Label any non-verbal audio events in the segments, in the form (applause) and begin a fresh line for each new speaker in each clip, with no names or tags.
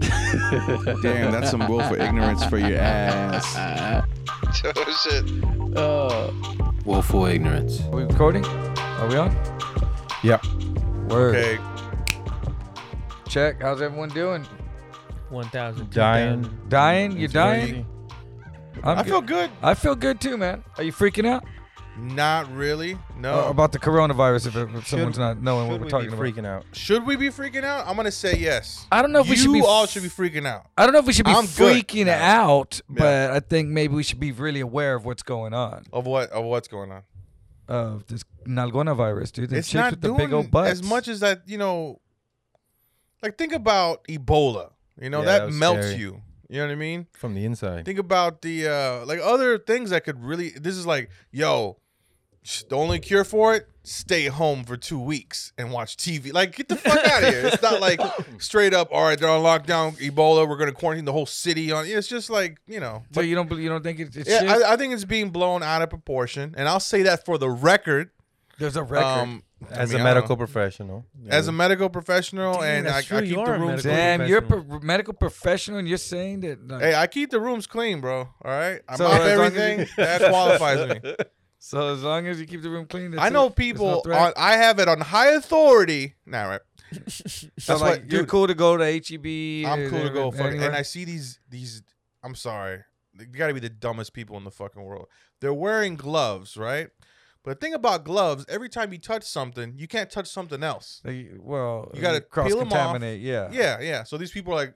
Damn, that's some willful ignorance for your ass.
oh shit.
Willful ignorance.
Are we recording? Are we on?
Yep.
Word.
Okay.
Check. How's everyone doing?
1,000. 2,000.
Dying.
Dying? You
It's
dying? I'm
I
good.
feel good.
I feel good too, man. Are you freaking out
Not really. No.
Uh, about the coronavirus? If, if someone's not knowing
Should
what
we
we're
be
talking about,
freaking out?
should we be freaking out? I'm gonna say yes.
I don't know if
you
we should be.
all should be freaking out.
I don't know if we should be
I'm good.
freaking
No.
out,
Yeah.
but I think maybe we should be really aware of what's going on
Of what? Of what's going on?
of this Nalgona virus, dude. Them
it's
chicks
not
with
doing
the big old butts.
as much as that. You know, like think about Ebola. You know
Yeah,
that,
that was
melts
scary.
you. You know what I mean?
From the inside.
Think about the uh like other things that could really. This is like, yo, sh- the only cure for it: stay home for two weeks and watch TV. Like, get the fuck out of here. It's
(laughs)
not like straight up. All right, they're on lockdown. Ebola. We're gonna quarantine the whole city on. It's just like you know.
so you don't believe, you don't think it's, it's shit?
Yeah, I, I think it's being blown out of proportion, and I'll say that for the record.
There's a record.
Um, I
As
mean,
a
I don't
medical professional.
know. as a medical professional,
Damn,
and I, I
that's true,
keep
you
the
are a
rooms.
medical-
Damn, you're a
professional.
pro- medical professional, and you're saying that. like,
Hey, I keep the rooms clean, bro. All right, I
So,
mop
as long as
everything.
you-
that
(laughs)
qualifies me.
So as long as you keep the room clean, that's
I know
it. There's no
people.
threat.
on, I have it on high authority. Nah, right.
so
that's
like,
what-
you're
dude.
cool to go to E HEB.
I'm cool to go. Fuck,
fucking.
and I see these. These. I'm sorry. They got to be the dumbest people in the fucking world. They're wearing gloves, right? But the thing about gloves, every time you touch something, you can't touch something else.
well,
You gotta peel 'em off.
cross contaminate. Yeah.
Yeah, yeah. So these people are like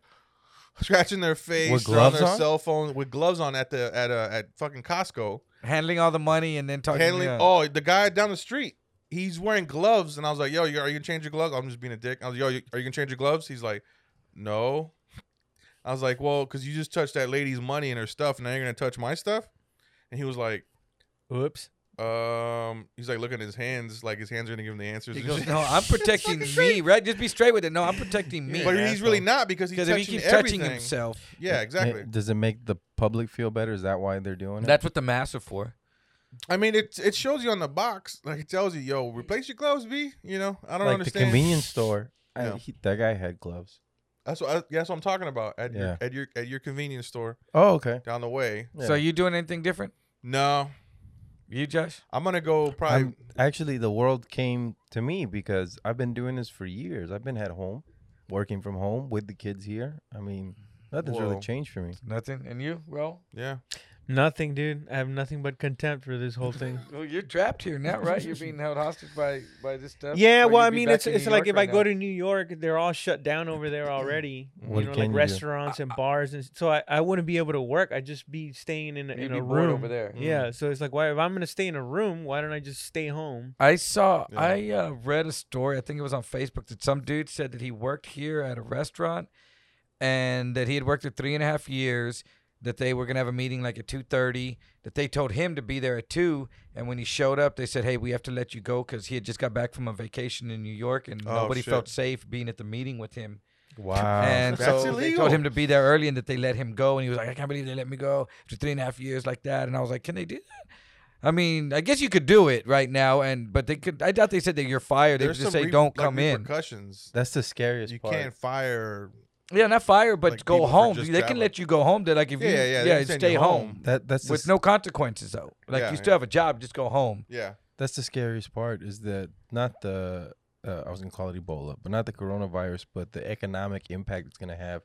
scratching their face,
With
they're on
gloves
their
on?
cell phone with gloves on at the at uh, at fucking Costco.
Handling all the money and then talking.
handling.
yeah.
Oh, the guy down the street, he's wearing gloves, and I was like, "Yo, you, are you gonna change your gloves?" I'm just being a dick. I was, "Yo, you, are you gonna change your gloves?" He's like, "No." I was like, "Well, because you just touched that lady's money and her stuff, and now you're gonna touch my stuff," and he was like.
Oops.
Um, he's like looking at his hands, like his hands are gonna give him the answers.
He
and
goes,
shit. (laughs)
no, I'm protecting me, right? Just be straight with it. No, I'm protecting me.
but he's really not because he's
because
touching
if he keeps
everything.
touching himself,
Yeah, exactly.
It- Does it make the public feel better? Is that why they're doing it?
that's what the masks are for.
I mean, it it shows you on the box, like it tells you, yo, replace your gloves, B. You know, I don't
like
understand.
the convenience store. I-
Yeah.
he- that guy had gloves.
That's what I, that's what I'm talking about at your
Yeah.
at your at your convenience store
Oh, okay.
down the way.
Yeah.
So you doing anything different?
No,
You, Josh?
I'm gonna go probably.
I'm, actually, the world came to me because I've been doing this for years. I've been at home, working from home with the kids here. I mean, nothing's
Whoa.
really changed for me.
Nothing. And you, bro?
yeah,
Nothing, dude. I have nothing but contempt for this whole thing.
Well, you're trapped here now, right? You're being held hostage by by this stuff.
yeah,
Or
well,
you'd
I
be
mean,
back
it's
in
it's
New
like
York
if
right
I
now.
go to New York, they're all shut down over there already.
What
you know,
can
like
you do?
restaurants and bars, and s- so I, I wouldn't be able to work. I'd just be staying in a,
You'd
in
be
a
bored
room
over there.
Yeah, so it's like, why if I'm gonna stay in a room, why don't I just stay home?
I saw,
Yeah.
I uh, read a story, I think it was on Facebook, that some dude said that he worked here at a restaurant and that he had worked there three and a half years, that they were going to have a meeting like at 2.30, that they told him to be there at 2, and when he showed up, they said, hey, we have to let you go because he had just got back from a vacation in New York and
Oh,
nobody
shit.
felt safe being at the meeting with him.
Wow.
and
Um, That's
so they
illegal.
told him to be there early and that they let him go. And he was like, I can't believe they let me go after three and a half years like that. And I was like, can they do that? I mean, I guess you could do it right now, and but they could. I doubt they said that you're fired. They
There's
just
some
say
re-
don't
like,
come in.
Repercussions.
that's the scariest
You
part.
can't fire.
Yeah, not fired, but
Like, people
go
for
home.
just
They can
traveling.
let you go home. They're like if
Yeah,
you
yeah, yeah, they
yeah,
can send
stay
you
home,
home.
That that's the
with
s-
no consequences though. Like
Yeah,
you still
yeah.
have a job, just go home.
Yeah,
That's the scariest part is that not the uh, I was gonna call it Ebola, but not the coronavirus, but the economic impact it's gonna have,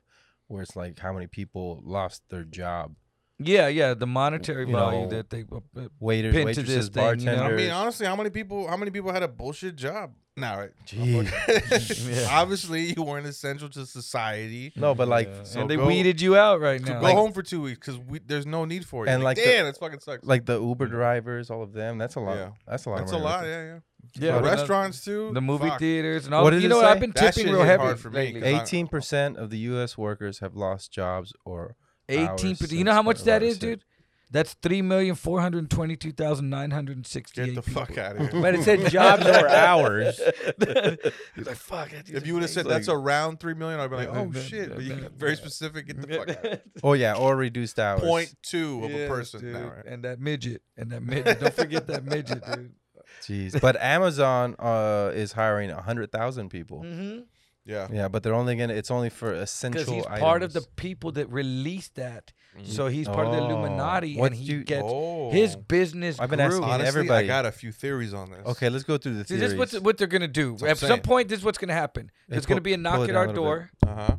where it's like how many people lost their job,
Yeah, yeah, the monetary
You
value
know,
that they. uh, uh,
waiters,
Pin to this
waitresses,
thing, you know? I
bartenders.
I mean, honestly, how many people? How many people had a bullshit job? Nah, right.
Jeez.
(laughs)
Yeah.
Obviously, you weren't essential to society.
no, but like
yeah.
so
and they
go-
weeded you out right
So
now.
go home for two weeks because there's no need for it.
And, like the-
damn, that's fucking sucks.
like the Uber drivers, all of them. That's a lot.
Yeah.
That's a lot. of
that's a
money
lot.
right
Yeah, yeah.
yeah,
The
but not-
restaurants too.
the movie
Fuck.
theaters and all.
What did
you
it
know, what? I've
say?
been
That shit
tipping real
hit
heavy
hard for me,
lately.
'cause I-
Eighteen percent of the U.S. workers have lost jobs or hours
Eighteen percent. You
since
know how much that is,
coronavirus
dude?
hit.
That's three million four hundred twenty-two thousand nine hundred sixty-eight.
Get the fuck out
(laughs)
of here.
But it said jobs or hours.
He's like, fuck. that
If
is
you would have said
amazing.
that's around three million, I'd be like,
Yeah,
oh
that-
shit.
that-
But you
that-
got very specific. Get the fuck out.
(laughs)
of here.
Oh yeah, or reduced hours.
Point two of a
Yes,
person now,
dude.
right?
and that midget, and that midget. Don't forget that midget, dude.
Jeez. But Amazon uh, is hiring hundred thousand people.
Mm-hmm.
Yeah.
Yeah, but they're only gonna. It's only for
because
essential.
he's part of the
items.
people that released that. So he's part of the
Oh.
Illuminati,
What
and he
do you-
gets
oh.
his business
I've been
grew.
asking
Honestly,
everybody.
I got a few theories on this.
Okay, let's go through the
See,
theories.
this is what's, what they're gonna do.
what I'm
At some
saying.
point, this is what's gonna happen.
Hey,
There's gonna
pull-
be a knock
pull it
at
down
our
a little
door.
Uh huh.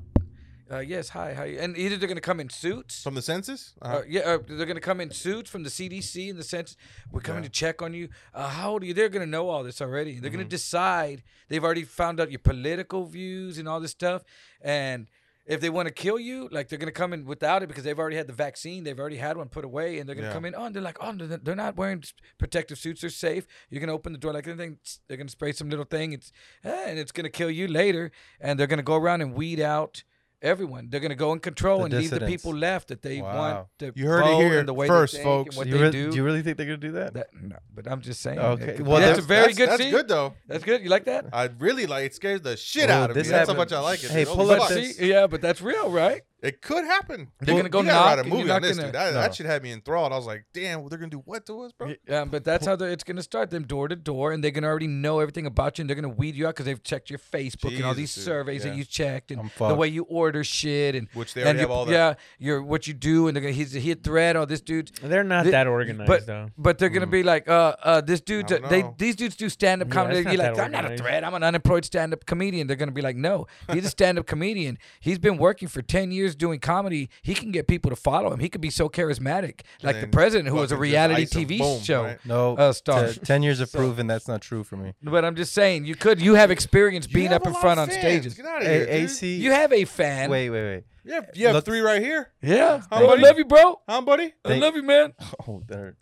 Uh, yes, hi, how you? And either they're gonna come in suits.
From the census? Uh-huh.
Uh, yeah, uh, they're gonna come in suits from the CDC in the sense we're coming
Yeah.
to check on you. Uh, how old are you? They're gonna know all this already. They're gonna decide. They've already found out your political views and all this stuff. And if they want to kill you, like they're gonna come in without it because they've already had the vaccine. They've already had one put away, and they're gonna
Yeah.
come in. Oh, and they're like, oh, they're they're not wearing s- protective suits. They're safe. You're gonna open the door like anything. They're gonna spray some little thing. It's eh, and it's gonna kill you later. And they're gonna go around and weed out. Everyone, they're gonna go in control
The
and leave the
dissidents.
people left that they want
Wow.
to
You heard it
vote
here
and the way they
first,
think and
folks.
What
you
they
really-
do.
do you really think they're gonna do that?
That- no, but I'm just saying.
Okay,
it could
well,
be- that's a
that's-
very good
that's,
scene.
That's good Uh, though.
That's good. You like that?
I really like. It scares the shit
Ooh,
out of me.
this
That's how
happened.
much I like it.
Hey,
dude. Holy
pull up
fuck.
this-
See, yeah, but that's real, right?
It could happen.
They're gonna go
you gotta
knock
write
and
a
you're
movie
not
on this,
gonna-
dude. That,
No.
that shit had me enthralled. I was like, damn, well, they're gonna do what to us, bro?
Yeah, but that's how they're- it's going to start. Them door to door, and they're going to already know everything about you, and they're going to weed you out because they've checked your Facebook and all these
Jesus, dude.
surveys that
Yeah.
you checked, and
I'm
the
fucked.
way you order shit, and
Which they
and
already
you,
have all that.
yeah, your what you do, and they're going to he's a hit thread. All this dude's
They're not
Th-
that organized
but-
though. Mm.
But they're gonna be like, uh, uh, this dude,
I don't
they
know.
these dudes do stand up
Yeah,
comedy.
it's not
You're like,
that
I'm not a
organized.
threat. I'm an unemployed stand up comedian. They're gonna be like, no, he's a stand up comedian. He's been working for ten years doing comedy. He can get people to follow him. He could be so charismatic, like the
then
president who was a
fucking just
reality
ice 'em,
TV
boom,
show.
right?
No,
Uh, stars.
t- ten
(laughs)
years of proven that's not true for me.
But I'm just saying, you could, you have experience
You
being
have
up
a
in
lot
front
of
on
fans.
stages.
Get out of
Hey,
here, AC.
AC.
You have a fan.
wait, wait, wait. (laughs)
You have, you have
Look-
three right here,
Yeah,
How
Hey, I
buddy?
love you, bro.
huh, buddy?
I
Thank-
love you, man.
Oh, there.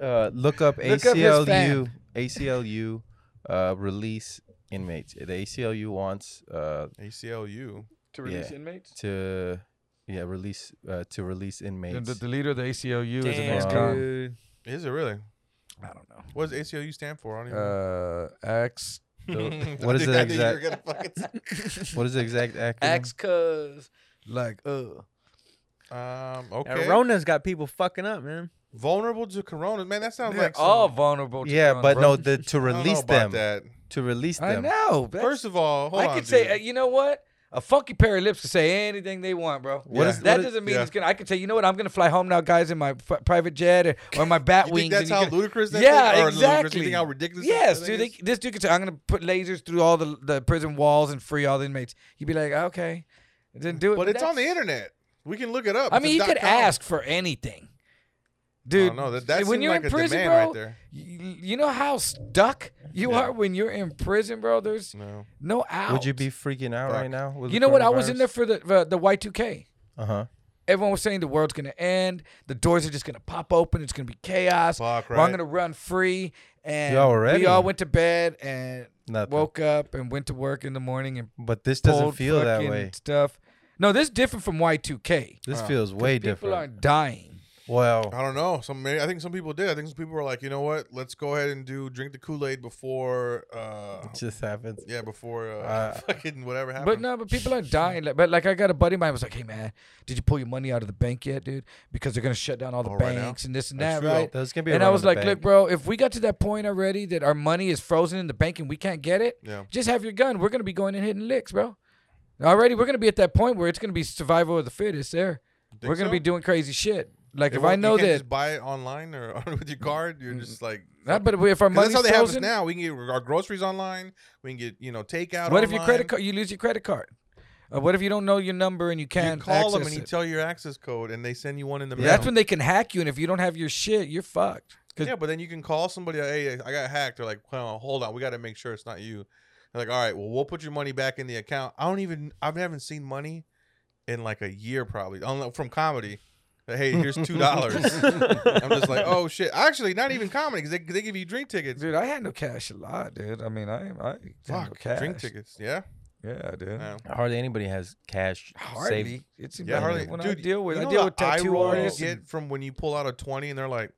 Uh, look up
Look up his
ACLU. ACLU uh, release inmates. The ACLU wants uh,
ACLU.
To
release Yeah.
inmates.
to yeah release uh, to release
The,
inmates.
the, the leader of the ACLU is an
Damn,
ex-con.
dude.
Is it really?
I don't know.
What does ACLU stand for? I don't even.
Uh,
(laughs)
ex
know.
what is
I
the
think- I think you were
exact-
gonna fucking (laughs) say-
What is the exact acronym?
(laughs) Axe cuz like uh
Um,
And
okay.
Rona's got people fucking up, man.
Vulnerable to corona, man. That sounds
they're
like some-
all vulnerable to
yeah,
corona,
but
bro.
no, the
(laughs)
to
I don't know
release
about
them.
That.
To release
I
them.
know. that's-
First of all, hold
I
on,
could say
dude.
uh, you know what? A funky pair of lips can say anything they want, bro.
What is-
that
what is-
doesn't mean
yeah.
it's gonna. I could say, you know what? I'm gonna fly home now, guys, in my f- private jet or, or my
(laughs)
bat
You
wings.
think that's
and
how
you can-
ludicrous that
Yeah,
thing, or Ludicrous,
exactly.
you think how ridiculous?
yes,
that
dude.
thing
They, this dude could say, I'm gonna put lasers through all the the prison walls and free all the inmates. You'd be like, okay, then do
is?
it.
But it's on the
That's-
internet. We can look it up.
I
It's
mean,
a
you
dot
could
com.
ask for anything,
I
dude.
don't know. That, that
when
seemed
you're
like
in
a
prison,
demand
bro,
right there.
y- you know how stuck you
Yeah.
are when you're in prison, bro. There's
No.
no out.
Would you be freaking out
Fuck.
right now? with
You
the
know what? I was in
coronavirus?
there for the the, the Y2K.
Uh-huh.
Everyone was saying the world's gonna end. The doors are just gonna pop open. It's gonna be chaos.
Fuck,
We're all
right?
gonna run free. And
Yeah, already.
we all went to bed and
Nothing.
woke up and went to work in the morning and
but this doesn't
pulled
feel that
fucking
way.
stuff. No, this is different from Y2K.
This feels way
People
different.
aren't dying.
Well, (laughs)
I don't know. Some may- I think some people did. I think some people were like, you know what? Let's go ahead and do drink the Kool Aid before. Uh,
it just happens.
yeah, before uh,
Uh,
(laughs) fucking whatever happened.
But no, but people are dying. Like, but like, I got a buddy of mine was like, "Hey man, did you pull your money out of the bank yet, dude? Because they're gonna shut down all the
Oh, right now?
banks and this and
That's
that,
true, though.
right?"
There's gonna be. a
And I
run
was
on the
like, "Look,
bank.
bro, if we got to that point already that our money is frozen in the bank and we can't get it,
Yeah.
just have your gun. We're gonna be going and hitting licks, bro. Already, we're gonna be at that point where it's gonna be survival of the fittest. There,
Think
we're gonna
so?
be doing crazy shit. Like,
It
if
won't-
I know
you can't
that,
just buy it online or (laughs) with your card. You're just like.
not, but if our
'Cause that's
money's
how they have us
frozen,
now. We can get our groceries online. We can get you know takeout.
what if your
online.
credit card, you lose your credit card? Uh, what if you don't know your number and you can't
You call them
access
and you
it?
tell your access code, and they send you one in the mail.
That's when they can hack you, and if you don't have your shit, you're fucked. 'Cause-
Yeah, but then you can call somebody. like, Hey, I got hacked. They're like, hold on, hold on. We got to make sure it's not you. They're like, all right, well, we'll put your money back in the account. I don't even. I haven't seen money in like a year, probably. unlike From comedy. Like, hey, here's two dollars.
(laughs)
I'm just like, oh shit. Actually, not even comedy because they, they give you drink tickets.
Dude, I had no cash a lot, dude. I mean, I, I had no
Fuck,
cash.
drink tickets. Yeah,
Yeah, dude.
Yeah.
hardly anybody has cash.
Hardly.
saved.
It's
yeah.
embarrassing.
Hardly,
When
dude,
I deal with,
you know
I deal
the
with
eye
tattoo
roll you
artists. and-
Get from when you pull out a twenty and they're like,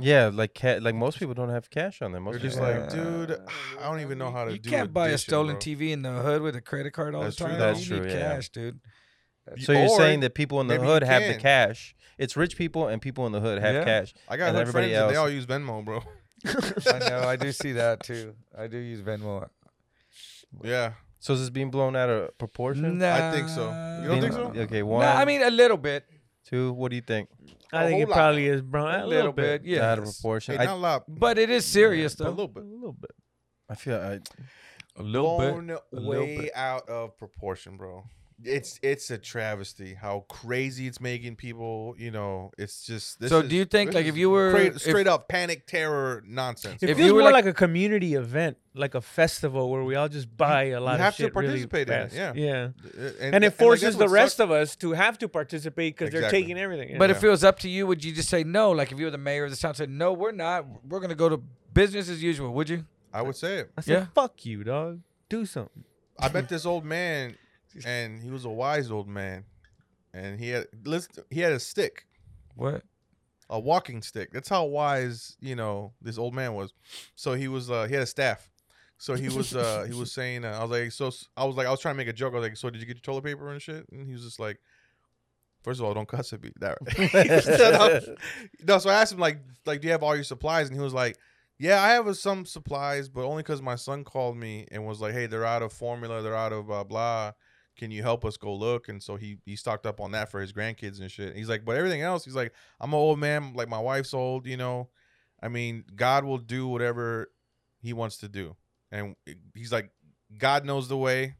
Yeah, like ca- like most people don't have cash on them.
they're
Most
just
people-
like, dude, I don't even know how to
you
do.
can't buy a
addition,
stolen
bro."
TV in the hood with a credit card all
That's
the
true,
time.
though.
That's
you
true,
need
yeah.
cash, dude.
so you're
Or-
saying that people in the
maybe you
hood have the
can.
cash? It's rich people and people in the hood have
Yeah.
cash.
I got
and
hood
everybody
friends and they
else-
all use Venmo, bro.
I know. I do see that too. I do use Venmo.
Yeah.
So is this being blown out of proportion?
I think so. You don't
Being-
think so?
Okay,
Nah,
one,
I mean a little bit,
two. What do you think?
I
A
think
whole
it
lot.
probably is, bro.
a little bit, yeah.
out of proportion.
Hey,
I,
not loud.
But it is serious
but A
though.
little bit.
a little (laughs)
(laughs)
bit. I feel I,
A little
blown
little
way
bit.
out of proportion, bro. It's it's a travesty how crazy it's making people. You know, it's just. This
So
is-
do you think
this
like
is
if you were
cra-
if-
straight up panic terror nonsense?
It
If
feels
you were
more
like-
like, a community event, like a festival where we all just buy a lot of
have to
shit. really
participate in it,
fast.
yeah.
yeah.
and,
And, it forces the rest of us to have to participate because they're
Exactly.
taking everything. yeah.
But
Yeah.
if it was up to you, would you just say no? Like if you were the mayor of the town, said no, we're not. We're gonna go to business as usual. Would you?
I would say it.
I said,
Yeah.
fuck you, dog. Do something.
I met this old
(laughs)
man, and he was a wise old man, and he had listen, he had a stick,
What?
a walking stick. That's how wise you know this old man was. So he was uh, he had a staff. So he was uh, he was saying uh, I was like so I was like I was trying to make a joke. I was like so did you get your toilet paper and shit? And he was just like. First of all, don't cuss at me. That
(laughs)
He said,
um,
"I'm-" (laughs) no. So I asked him like, like, do you have all your supplies? And he was like, yeah, I have uh, some supplies, but only because my son called me and was like, hey, they're out of formula, they're out of blah blah. Can you help us go look? And so he he stocked up on that for his grandkids and shit. He's like, but everything else, he's like, I'm an old man, like my wife's old, you know. I mean, God will do whatever he wants to do, and eh, he's like, God knows the way.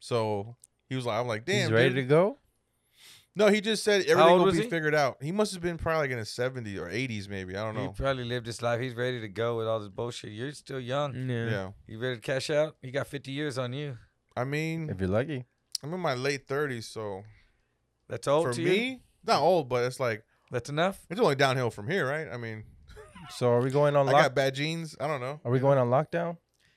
So he was like, I'm like, damn,
he's ready
dude."
to go.
No, he just said
old
everything will
was
be
he?
figured out. He must have been probably like in his 70s or 80s, maybe. I don't
He
know.
probably lived his life. He's ready to go with all this bullshit. You're still young.
Yeah.
yeah.
You ready to cash out? You got 50 years on you.
I mean,
If you're lucky,
I'm in my late 30s, so
That's old
for
to
me,
you.
not old, but it's like
That's enough.
it's only downhill from here, right? I mean,
so are we going on
I got
lock?
bad genes. I don't know.
Are we going on lockdown?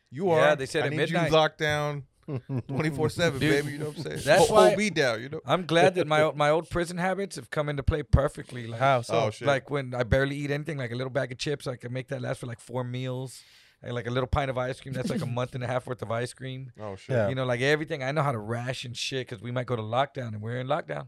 You are.
Yeah, they said
I
at
need
midnight.
you locked down
(laughs)
24 seven,
Dude,
baby. You know what I'm saying?
that's
oh,
why-
oh, me down. You know.
I'm glad that my
(laughs)
old, my old prison habits have come into play perfectly. Like,
How?
Oh
So
shit.
like when I barely eat anything, like a little bag of chips, I can make that last for like four meals. And like a little pint of ice cream, that's like a month and a half worth of ice cream.
oh shit.
Yeah.
You know, like everything. I know how to ration shit because we might go to lockdown, and we're in lockdown.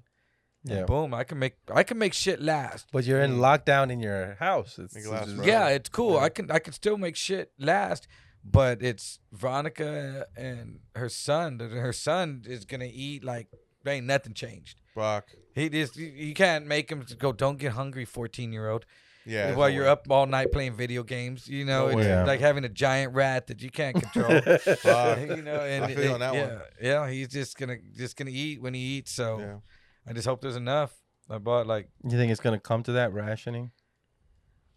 And
yeah.
boom, I can make I can make shit last.
But you're
Mm.
in lockdown in your house. It's,
Make it
it's
last
just-
forever.
Yeah, it's cool. I can I can still make shit last, but it's Veronica and her son. Her son is gonna eat like there ain't nothing changed.
Fuck.
He just you- you can't make him go. Don't get hungry, fourteen year old.
Yeah. Oh,
while
no
you're
way.
up all night playing video games, you know,
No
it's
way.
like having a giant rat that you
(laughs)
can't control.
Fuck.
(laughs) you know, and
I feel
it-
on that
yeah,
one.
yeah, he's just gonna just gonna eat when he eats. So
Yeah.
I just hope there's enough. I bought like
(laughs) You think it's gonna come to that rationing?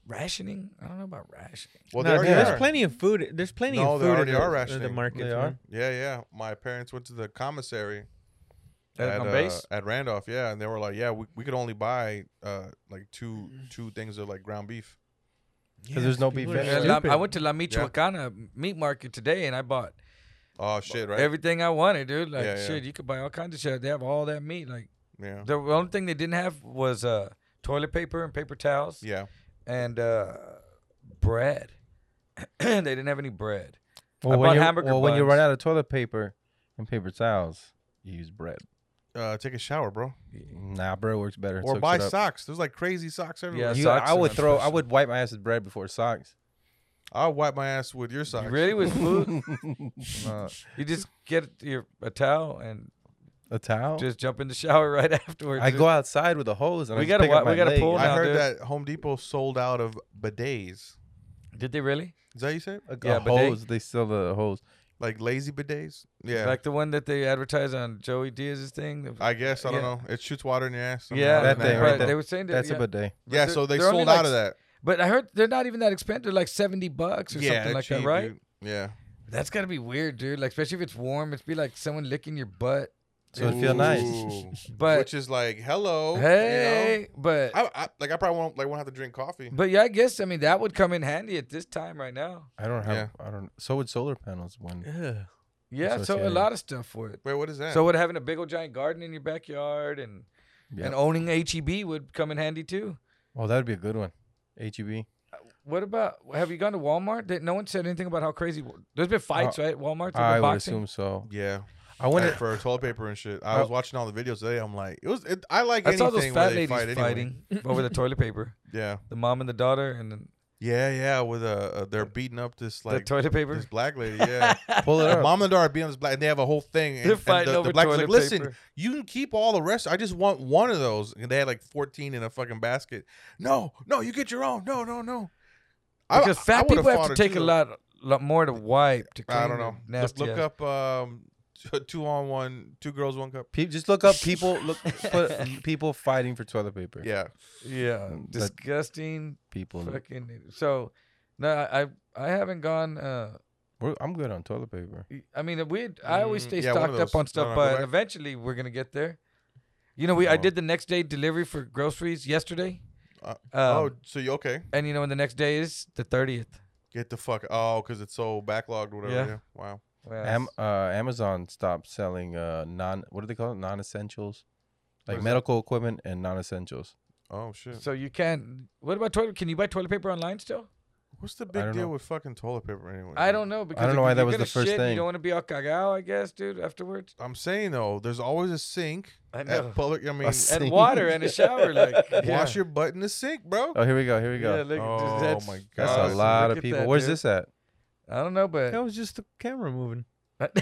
rationing. I don't know about rationing.
Well,
Nah,
there
dude,
already
there's
are.
plenty of food. There's plenty
No,
of
they
food
already
in the,
are
in the
rationing.
market.
They are?
Yeah, yeah. My parents went to the commissary
At, on
uh,
base?
at Randolph, yeah, and they were like, "Yeah, we, we could only buy uh like two two things of like ground beef."
Because there's no beef in
people are
Yeah,
it.
La- I went to La
Yeah.
Michoacana meat market today and I bought
Oh shit, right?
everything I wanted, dude. Like,
Yeah, yeah.
shit, you could buy all kinds of shit. They have all that meat. Like,
yeah,
the only thing they didn't have was uh, toilet paper and paper towels
yeah.
and uh, bread. (clears throat) they didn't have any bread. I
Well,
bought
when, you,
hamburger
well when you
buns.
run out of toilet paper and paper towels, you use bread.
Uh, take a shower, bro,
Nah, bread works better. It
or
soaks
buy
it up.
socks. There's like crazy socks everywhere.
Yeah,
You-
socks
I
are
would
not
throw. I
special.
would wipe my ass with bread before socks.
I'll wipe my ass with your socks. Uh, (laughs)
Really, with food? Nah. you just get your a towel and
A towel.
just jump in the shower (laughs) right afterwards.
I go outside with a hose and
We
I just
gotta
pick up
wa-
my
we gotta
leg.
pull
I
now,
heard
dude.
that Home Depot sold out of bidets.
Did they really?
Is that how you say? it?
A,
Yeah,
a
but they-
hose. They sell the hose.
Like lazy bidets? Yeah,
Like the one that they advertise on Joey Diaz's thing.
I guess. I don't
yeah.
know. It shoots water in your ass. something
yeah,
like
that thing
but
right there.
they were saying that,
That's
yeah.
a bidet.
But
Yeah,
they're-
so they
they're only
sold
like
out of that.
But I heard they're not even that expensive. They're like seventy bucks or
yeah,
something like that,
cheap,
right?
dude. Yeah.
That's gotta be weird, dude. Like especially if it's warm, it's be like someone licking your butt.
So it feel nice.
Ooh.
But
Which is like, hello. you know?
hey, but
I, I like I probably won't like won't have to drink coffee.
but yeah, I guess I mean that would come in handy at this time right now.
I don't have. I don't. So would solar panels. When
Ugh.
Yeah,
That's
so a
okay.
lot of stuff would.
Wait, what is that?
So would having a big old giant garden in your backyard and
Yep.
and owning HEB would come in handy too.
Oh, that would be a good one. E HEB.
What about have you gone to Walmart? Did, no one said anything about how crazy. There's been fights,
Uh,
right? Walmart
I
over
would
boxing.
assume so.
yeah,
I went.
Like, for toilet paper and shit. I was watching all the videos today. I'm like, it was. It, I like
I
anything
saw those
where
fat
they
ladies
fight anyway. (laughs)
fighting over the toilet paper.
Yeah,
The mom and the daughter, and then
Yeah, yeah. With a, uh they're beating up this like
the toilet paper.
this black lady. Yeah, (laughs)
Pull it
the
up.
mom and daughter beating up this black. And they have a whole thing. And,
(laughs) They're
and
fighting
the,
over
the black was
toilet
like, listen,
paper.
you can keep all the rest. I just want one of those. And they had like fourteen in a fucking basket. No, no, you get your own. No, no, no. I-
Because
I- I
fat
would've
people have
fought
to
her,
take a
too.
lot, lot more to wipe to clean.
I don't know.
the
Just
Nasty
look
ass.
up um, two on one, two girls, one cup.
Pe- just look up people. Look, put people fighting for toilet paper.
Yeah,
Yeah, (laughs)
But-
disgusting.
people.
Fucking. So, no, I, I haven't gone. Uh,
We're- I'm good on toilet paper.
I mean, we. I always
Mm,
stay
yeah, one of
stocked up
those.
on stuff,
No, no, go
but
back.
eventually we're gonna get there. You know, we I
Oh.
did the next day delivery for groceries yesterday.
Uh, oh,
Um,
so you okay?
and you know, and the next day is the thirtieth.
Get the fuck. Oh, because it's so backlogged. Whatever.
Yeah.
Yeah. Wow.
Am, uh, Amazon stopped selling uh, non. What do they call it? Non-essentials,
What
like
is
medical equipment and non-essentials.
Oh shit.
So you can't. What about toilet? Can you buy toilet paper online still?
What's the
don't
big deal
know.
with fucking toilet paper anyway?
I don't know because
don't
if
know why
you're
that was
gonna
the first
shit, You
thing.
don't want to be all cagao, I guess, dude. Afterwards,
I'm saying though, there's always a sink
I
at public. I mean,
s-
(laughs) And water and a shower, like
wash
yeah.
your butt in the sink, bro.
Oh, here we go. Here we go.
Yeah, look,
Oh
that's,
my
That's
God.
a lot
look
of
at
people.
that,
Where's
dude.
this at?
I don't know, but
That was just the camera moving.
(laughs) that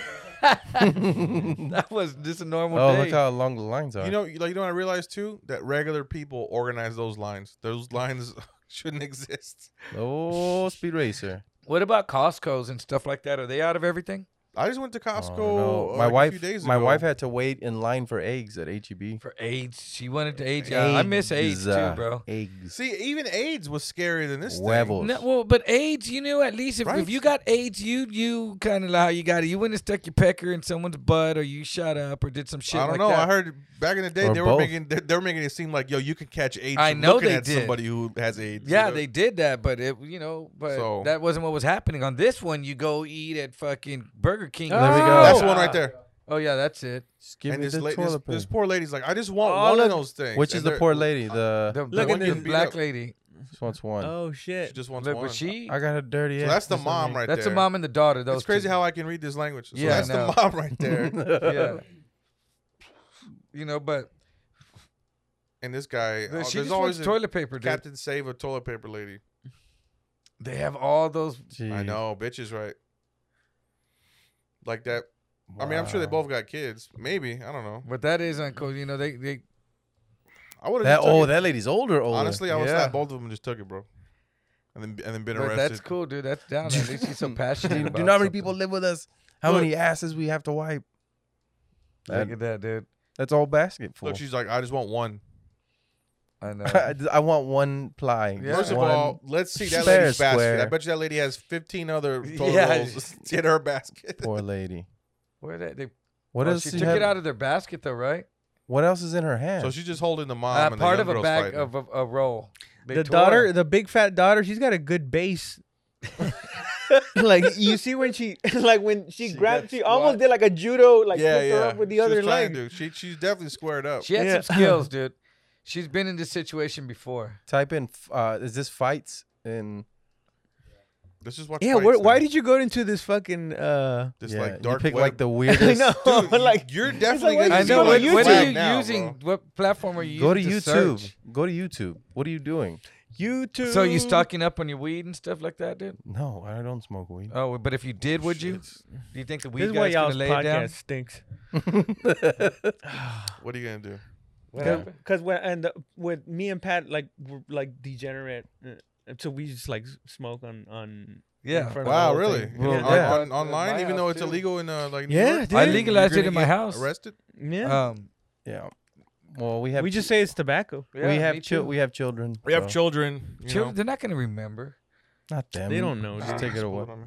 was just a normal
oh,
day.
look how long the lines are.
You know, you- like you know, what I realized too that regular people organize those lines. Those lines (laughs) shouldn't exist.
oh, Speed Racer.
what about Costco's and stuff like that? Are they out of everything
I just went to Costco.
Oh,
uh,
no. My
like, A
wife.
few days
my
ago.
wife had to wait in line for eggs at HEB.
for AIDS? She wanted to AIDS. Yeah, I miss AIDS too,
uh,
bro.
Eggs.
See, even AIDS was scarier than this.
Huevos.
No, well, but AIDS, you know, at least if, if
Right.
you got AIDS, you you kind of like how you got it. You wouldn't have stuck your pecker in someone's butt, or you shot up, or did some
Thing.
shit.
I don't
like
know.
That.
I heard back in the day
Or
they were
both.
making they, they were making it seem like yo, you can catch AIDS.
I
from
know
looking
they
at
did.
somebody who has AIDS.
Yeah,
you know?
they did that, but it you know, but
So-
that wasn't what was happening. On this one, you go eat at fucking Burger King.
There we go.
That's the one right there.
Oh yeah, that's it.
Just give
and
me
this,
the
la- this,
toilet paper.
this poor lady's like, I just want
Oh,
one
look.
of those things.
Which is
And
the
they're- uh,
poor lady? The, (laughs)
The, the
Look
one
at
you
this.
black lady.
just wants one.
Oh
(laughs)
shit!
She just wants
Look,
one.
but she.
I got a dirty.
so
ass.
that's the
That's
mom right
that's
there.
a mom and the daughter. Those
It's crazy
two.
how I can read this language. So
Yeah, I
that's
know.
the (laughs) mom right
(laughs)
there. (laughs)
Yeah. you know, but
and this guy,
the-
oh, there's
she just wants
always a
toilet paper, dude.
Captain Save a toilet paper lady.
They have all those.
I know, bitches, right? Like that. I mean, I'm sure they both got kids. Maybe I don't know.
But that is uncool. You know, they they
I would have
That oh, that lady's older. Older.
honestly, I would
Yeah.
have both of them and just took it, bro, and then and then been
But
arrested.
that's cool, dude. That's down. At least
(laughs)
he's so passionate.
Do
(laughs)
you
about
know how many
something.
people live with us? How
Look.
many asses we have to wipe?
Look
That-
at that, dude.
that's all basket full.
Look, she's like, I just want one.
I
(laughs)
know.
I, I want one ply.
Yeah.
First of
One-
all, let's see that
spare
lady's basket. I
square.
bet you that lady has 15 other toilet
Yeah.
rolls (laughs) in her basket.
poor lady.
Where that they?
What
oh,
else?
she
she
took
have-
it out of their basket though, right?
What else is in her hand?
So she's just holding the mom
Uh,
and
part
the
of
young
a
girl's
bag
fighting.
of a, a roll. They
the
tore
daughter,
it.
the big fat daughter, she's got a good base. (laughs) like you see when she, (laughs) like when she,
She
grabbed,
got
she
squat.
almost did like a judo, like
yeah,
picked
yeah.
her up with the
She was
other
trying
leg.
to. She, she's definitely squared up.
She had
Yeah.
some
(laughs)
skills, dude. She's been in this situation before.
Type in. f- Uh, is this fights? And
Let's just watch.
Yeah,
fights
where, why
now.
did you go into this fucking?
(laughs)
uh
this
yeah,
like dark
you pick
web? (laughs)
like the
(laughs) I
weirdest.
know,
Dude, you-
like
you're definitely.
why
I
did you
know.
go
What,
to
what are
YouTube?
you using? what platform are you
Go to
using?
YouTube.
search?
Go to YouTube. What are you doing?
YouTube.
So you stocking up on your weed and stuff like that, dude?
No, I don't smoke weed.
Oh, but if you did, would you? Do you think the
This
weed
is why
guy's gonna
y'all's
lay it down?
podcast stinks.
What are you gonna do?
Yeah.
Because when and the, with me and Pat, like we're like degenerate, uh, so we just like s- smoke on on.
Yeah.
in front of the
Wow,
whole
really?
thing.
Well,
On-
yeah.
on-
My
online, even though
house,
it's
too.
illegal in uh, like New
Yeah,
York?
dude. I
legalized
You're
it in
gonna
my
get
house.
Arrested?
Yeah,
Um,
Yeah. Well, we have.
we
ch-
just say it's tobacco.
yeah,
we
me
have
too.
chil- we have children.
We have
so-
children. you
Children,
know.
they're not gonna remember.
Not them.
They don't know.
Just
dude.
take it
Nah,
away.
spilled on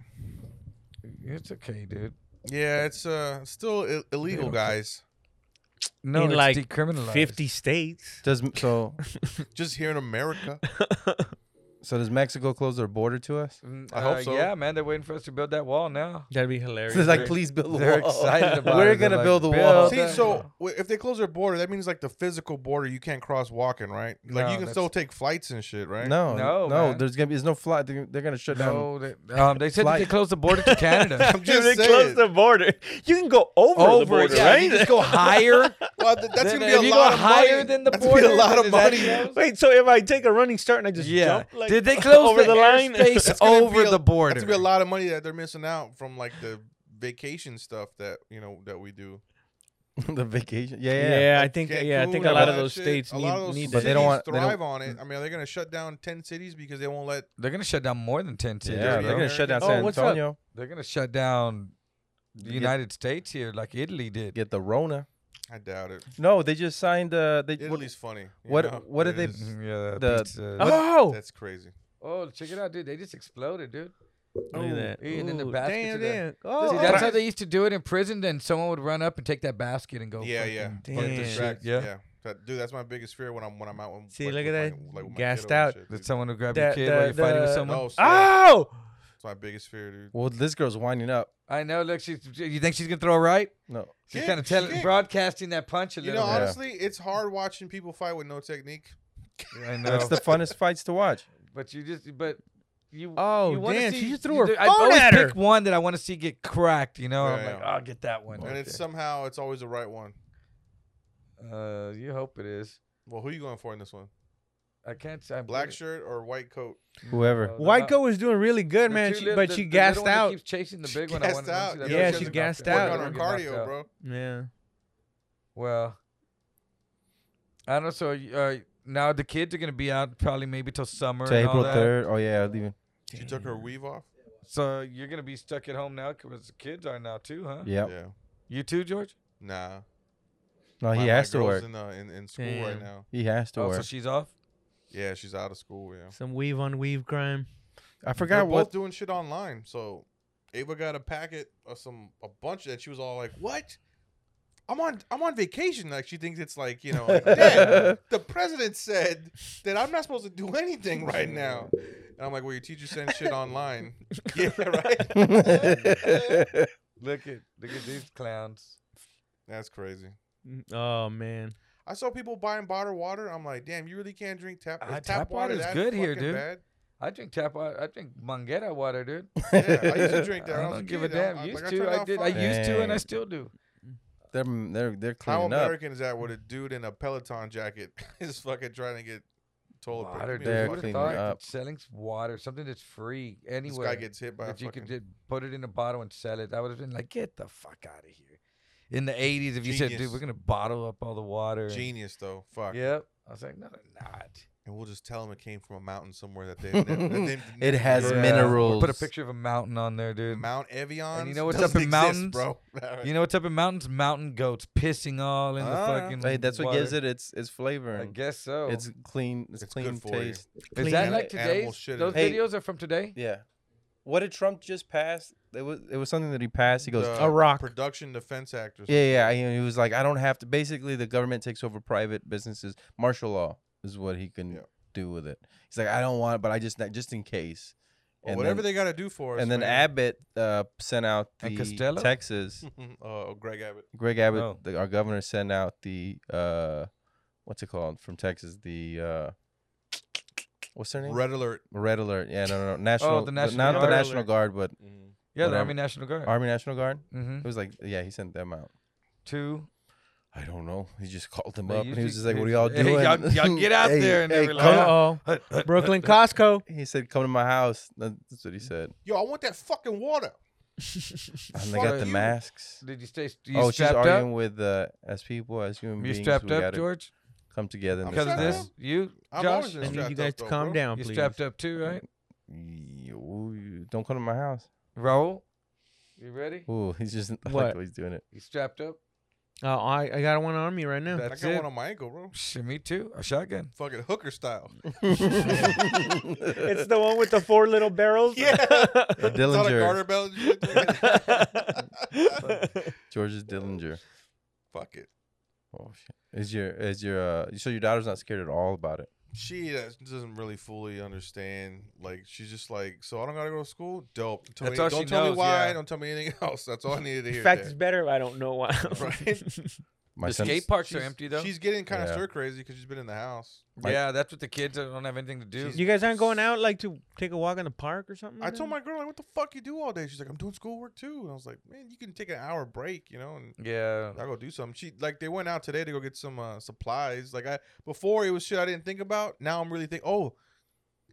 me.
It's okay, dude.
Yeah, it's uh still i- illegal, guys.
No,
In
it's
like
decriminalized.
Fifty states.
Does so
Just here in America.
so does Mexico close their border to us?
(laughs) Mm,
I hope so.
Yeah, man, they're waiting for us to build that wall now.
That'd be hilarious.
It's
(laughs)
like, please build the
They're
wall. (laughs)
excited about
We're
it. They're
gonna
like,
build the
"Build
wall.
it."
See,
that-
so w- if they close their border, that means like the physical border you can't cross walking, right? Like
No,
you can
that's-
still take flights and shit, right?
No,
No,
no,
man.
There's gonna be there's no flight. They're, they're gonna shut down.
No, they, um, they said that they
Flight.
closed the border to
(laughs)
Canada.
I'm just
they
saying.
close the border. You can go over, the
Over,
border,
yeah,
right?
you just
(laughs)
go higher.
Well, th- that's
Then
gonna
if
be
you
a
go
lot of
higher
money.
than the
that's
border.
gonna be a lot of
is that
money.
close?
Wait, so if I take a running start and I just
yeah,
jump, like
Did
(laughs)
they close
Over
the,
the line?
airspace
(laughs)
That's gonna
over
be a-
the border?
That's gonna be a lot of money that they're missing out from like the vacation stuff that you know that we do.
(laughs) the vacation. Yeah, yeah.
Yeah, I think yeah, I
Cancun
think
and
a
all
lot of
that
those
shit,
states
a
need,
lot of those
need
But
that.
they don't
cities
want- they don't-
thrive on it. I mean, are they gonna shut down ten cities because they won't let?
They're gonna shut down more than ten cities.
Yeah,
bro.
they're gonna shut down
Oh,
San
what's up?
Antonio.
They're gonna shut down the
Get-
United States here, like Italy did.
Get the Rona.
I doubt it.
No, they just signed. Uh, they what,
Italy's funny. you
what-
know?
what did
It
they-
is.
Mhm, (laughs) yeah,
The-
pizza.
Oh,
(laughs) That's crazy.
Oh, check it out, dude! They just exploded, dude.
look at that.
and then the
Ooh,
baskets
damn,
of that.
damn. Oh,
See,
oh,
that's
oh.
how they used to do it in prison. Then someone would run up and take that basket and
Oh,
go.
Yeah, yeah.
fucking
Fuck
put the
this
shit.
Facts,
Yeah.
That- dude, that's my biggest fear when I'm when I'm out. When,
See,
like,
look
with
at
my-
that.
like, with my
Gassed
kiddo and
out.
shit,
Did
dude.
someone would grab your
That-
kid while you're
that-
fighting with
that-
someone?
No, so
Oh,
that's my biggest fear, dude.
Well, this girl's winding up.
I know. Look, she's. You think she's gonna throw right?
No,
She's
Shit,
kind of telling,
shit.
broadcasting that punch a
You
little.
know,
Yeah.
honestly, it's hard watching people fight with no technique.
(laughs)
bit. I know.
that's the funnest fights to watch.
But you just, but you.
Oh,
you wanna
damn,
See,
she just threw
you
her
do- I
phone
always
at her.
pick one that I want to see get cracked. You know, I'm
Yeah,
like,
yeah.
I'll get that one.
And it's somehow it's always the right one.
Uh, you hope it is.
Well, who you going for in this one?
I can't. say- I'm
Black
pretty-
shirt or white coat?
Whoever.
the
White
li-
Goat was doing really
the
good, man.
two
She,
little-
but
the-
she
the little
gassed
one that
out.
keeps chasing the
She
big one. I
gassed
wanted to
out.
see that
Yeah,
other
she
shit.
gassed
Work
out.
Work on her
Get knocked
cardio,
out.
bro.
Yeah.
Well, I don't know. So uh, now the kids are gonna be out probably maybe till summer.
To
and all
April
that.
third. Oh yeah, leaving.
She took her weave off.
So you're gonna be stuck at home now because the kids are now too, huh?
Yeah.
Yeah.
You too, George.
Nah.
No,
My-
Oh, he
my
has to
girl's
work.
In, uh, in, in school right
Damn.
now.
He has to
Oh, so
work.
she's off.
Yeah, she's out of school. Yeah.
Some weave on weave crime.
I
They're
forgot
both
what.
doing shit online. So Ava got a packet of some a bunch that she was all like, "What? I'm on I'm on vacation." Like she thinks it's like you know,
(laughs)
like, Dad, the president said that I'm not supposed to do anything right now. And I'm like, "Well, your teacher sent shit
(laughs)
online." yeah, right.
Look at look at these clowns.
That's crazy.
Oh man.
I saw people buying bottled water. I'm like, "Damn, you really can't drink tap
Ah,
is
tap water's
that
good here,
fucking
dude.
Bad?
I drink tap water. I drink Manguera water, (laughs) dude.
Yeah, I used to drink that.
(laughs) I
when
don't
was a
give a
kid. I'm-
damn.
I'm
used
like,
to,
turned
I
out
did. I
fine.
used to, and I
Dang.
still do.
they're they're they're
How
cleaning up.
American is that with a dude in a Peloton jacket (laughs) is fucking trying to get toilet paper?
Water,
I mean,
dude.
They're
Who
what
would've
if
cleaning
thought
up.
that selling s- water, something that's free
This
anywhere.
guy gets hit by a
that you
fucking
could just put it in a bottle and sell it. I would have been like, get the fuck out of here. In the 80s, if you said, dude,
Genius.
we're going to bottle up all the water. and-
genius though. Fuck.
Yep. I was like, no, they're not.
And we'll just tell him it came from a mountain somewhere
(laughs)
that they. That they- that they
It has
Yeah.
Or, uh,
minerals.
Put a picture of a mountain on there, dude.
Mount Evian.
And you know what's
doesn't
up in
exist,
mountains?
bro? (laughs)
You know what's up in mountains? Mountain goats pissing all in the
Ah.
fucking.
Hey, that's what gives
water.
it its its flavor.
I
and
guess so.
It's clean. It's,
It's good
clean
for you.
taste.
Is
clean
that
animal-
like
animal
today's?
shit in
Those
it. Hey.
videos are from today?
Yeah. What did Trump just pass? It was it was something that he passed. He goes,
The
"A rock."
Production defense actors.
yeah, yeah. I- He was like, "I don't have to." Basically, the government takes over private businesses. Martial law is what he can
Yeah.
do with it. He's like, "I don't want it, but I just just in case."
Well, whatever
then,
they got to do for us.
And then
man.
Abbott uh, sent out
And
the
Costello? Hmm.
Texas.
(laughs) oh, Greg Abbott.
Greg Abbott,
Oh.
the, our governor, sent out the uh, what's it called from Texas? The uh, what's their name?
Red alert.
Red Alert. Yeah, no, no, no. National,
the
the
National
not
Guard.
the National Guard, but
Mm.
Yeah, the
Whatever.
Army National Guard.
Army National Guard.
mm-hmm.
It was like, yeah, he sent them out. (laughs)
Two.
I don't know. He just called them
They
up and he was
usually-
just like, "What are
they-
y'all
hey,
doing?
y'all- y'all
(laughs)
get out there," and they were like,
come-
Uh oh. Brooklyn (laughs) Costco.
He said, "Come to my house." (laughs) That's
Mm.
what he said.
Yo, I want that fucking water.
And they got
Fuck
the
you.
masks.
Did you stay? You
Oh, she's
strapped
arguing
up?
with uh, as people, as human
You
beings,
strapped
we
up,
gotta
George?
come together.
I'm
Because of
strapped
this,
up.
you,
I've
Josh,
always
I
been
need you
strapped
guys
up,
to
though,
calm
bro.
down,
you
please.
strapped up too, right?
Yeah, ooh, Don't come to my house.
Raul, you ready?
Ooh, (laughs) he's just I like
What?
the way he's doing
(laughs)
it. (laughs)
You strapped up?
Oh, I, I got one on me right now.
I
That's
got
it.
one on my ankle, bro.
Sh- me too. A shotgun.
Fucking hooker style.
it's (laughs) the one with the four little barrels. (laughs)
Yeah. (laughs)
A
It's not a
Dillinger,
garter belt. and shit.
(laughs)
George's Dillinger.
(laughs) Fuck it.
Oh shit! Is your is your uh, so your daughter's not scared at all about it?
She uh, doesn't really fully understand. Like she's just like, so I don't gotta go to school. Dope. Don't Tell
That's
me,
all
don't
she
tell
knows,
me why.
yeah.
Don't tell me anything (laughs) else. That's all I needed to
In
hear.
fact,
Dad.
it's better. I don't know why.
(laughs) Right?
My
the
son,
skate parks
she's,
are empty though.
She's getting kind of
Yeah.
stir crazy because she's been in the house.
like-
yeah, that's what the kids are- don't have anything to do.
(laughs) you guys aren't going out like to take a walk in the park or something?
I
Mm-hmm.
like
told
that?
my girl, like, what the fuck you do all day? She's like, I'm doing schoolwork too. And I was like, man, you can take an hour break, you know, and
yeah,
I go do something. She like they went out today to go get some uh, supplies. Like I before it was shit I didn't think about. Now I'm really think. Oh,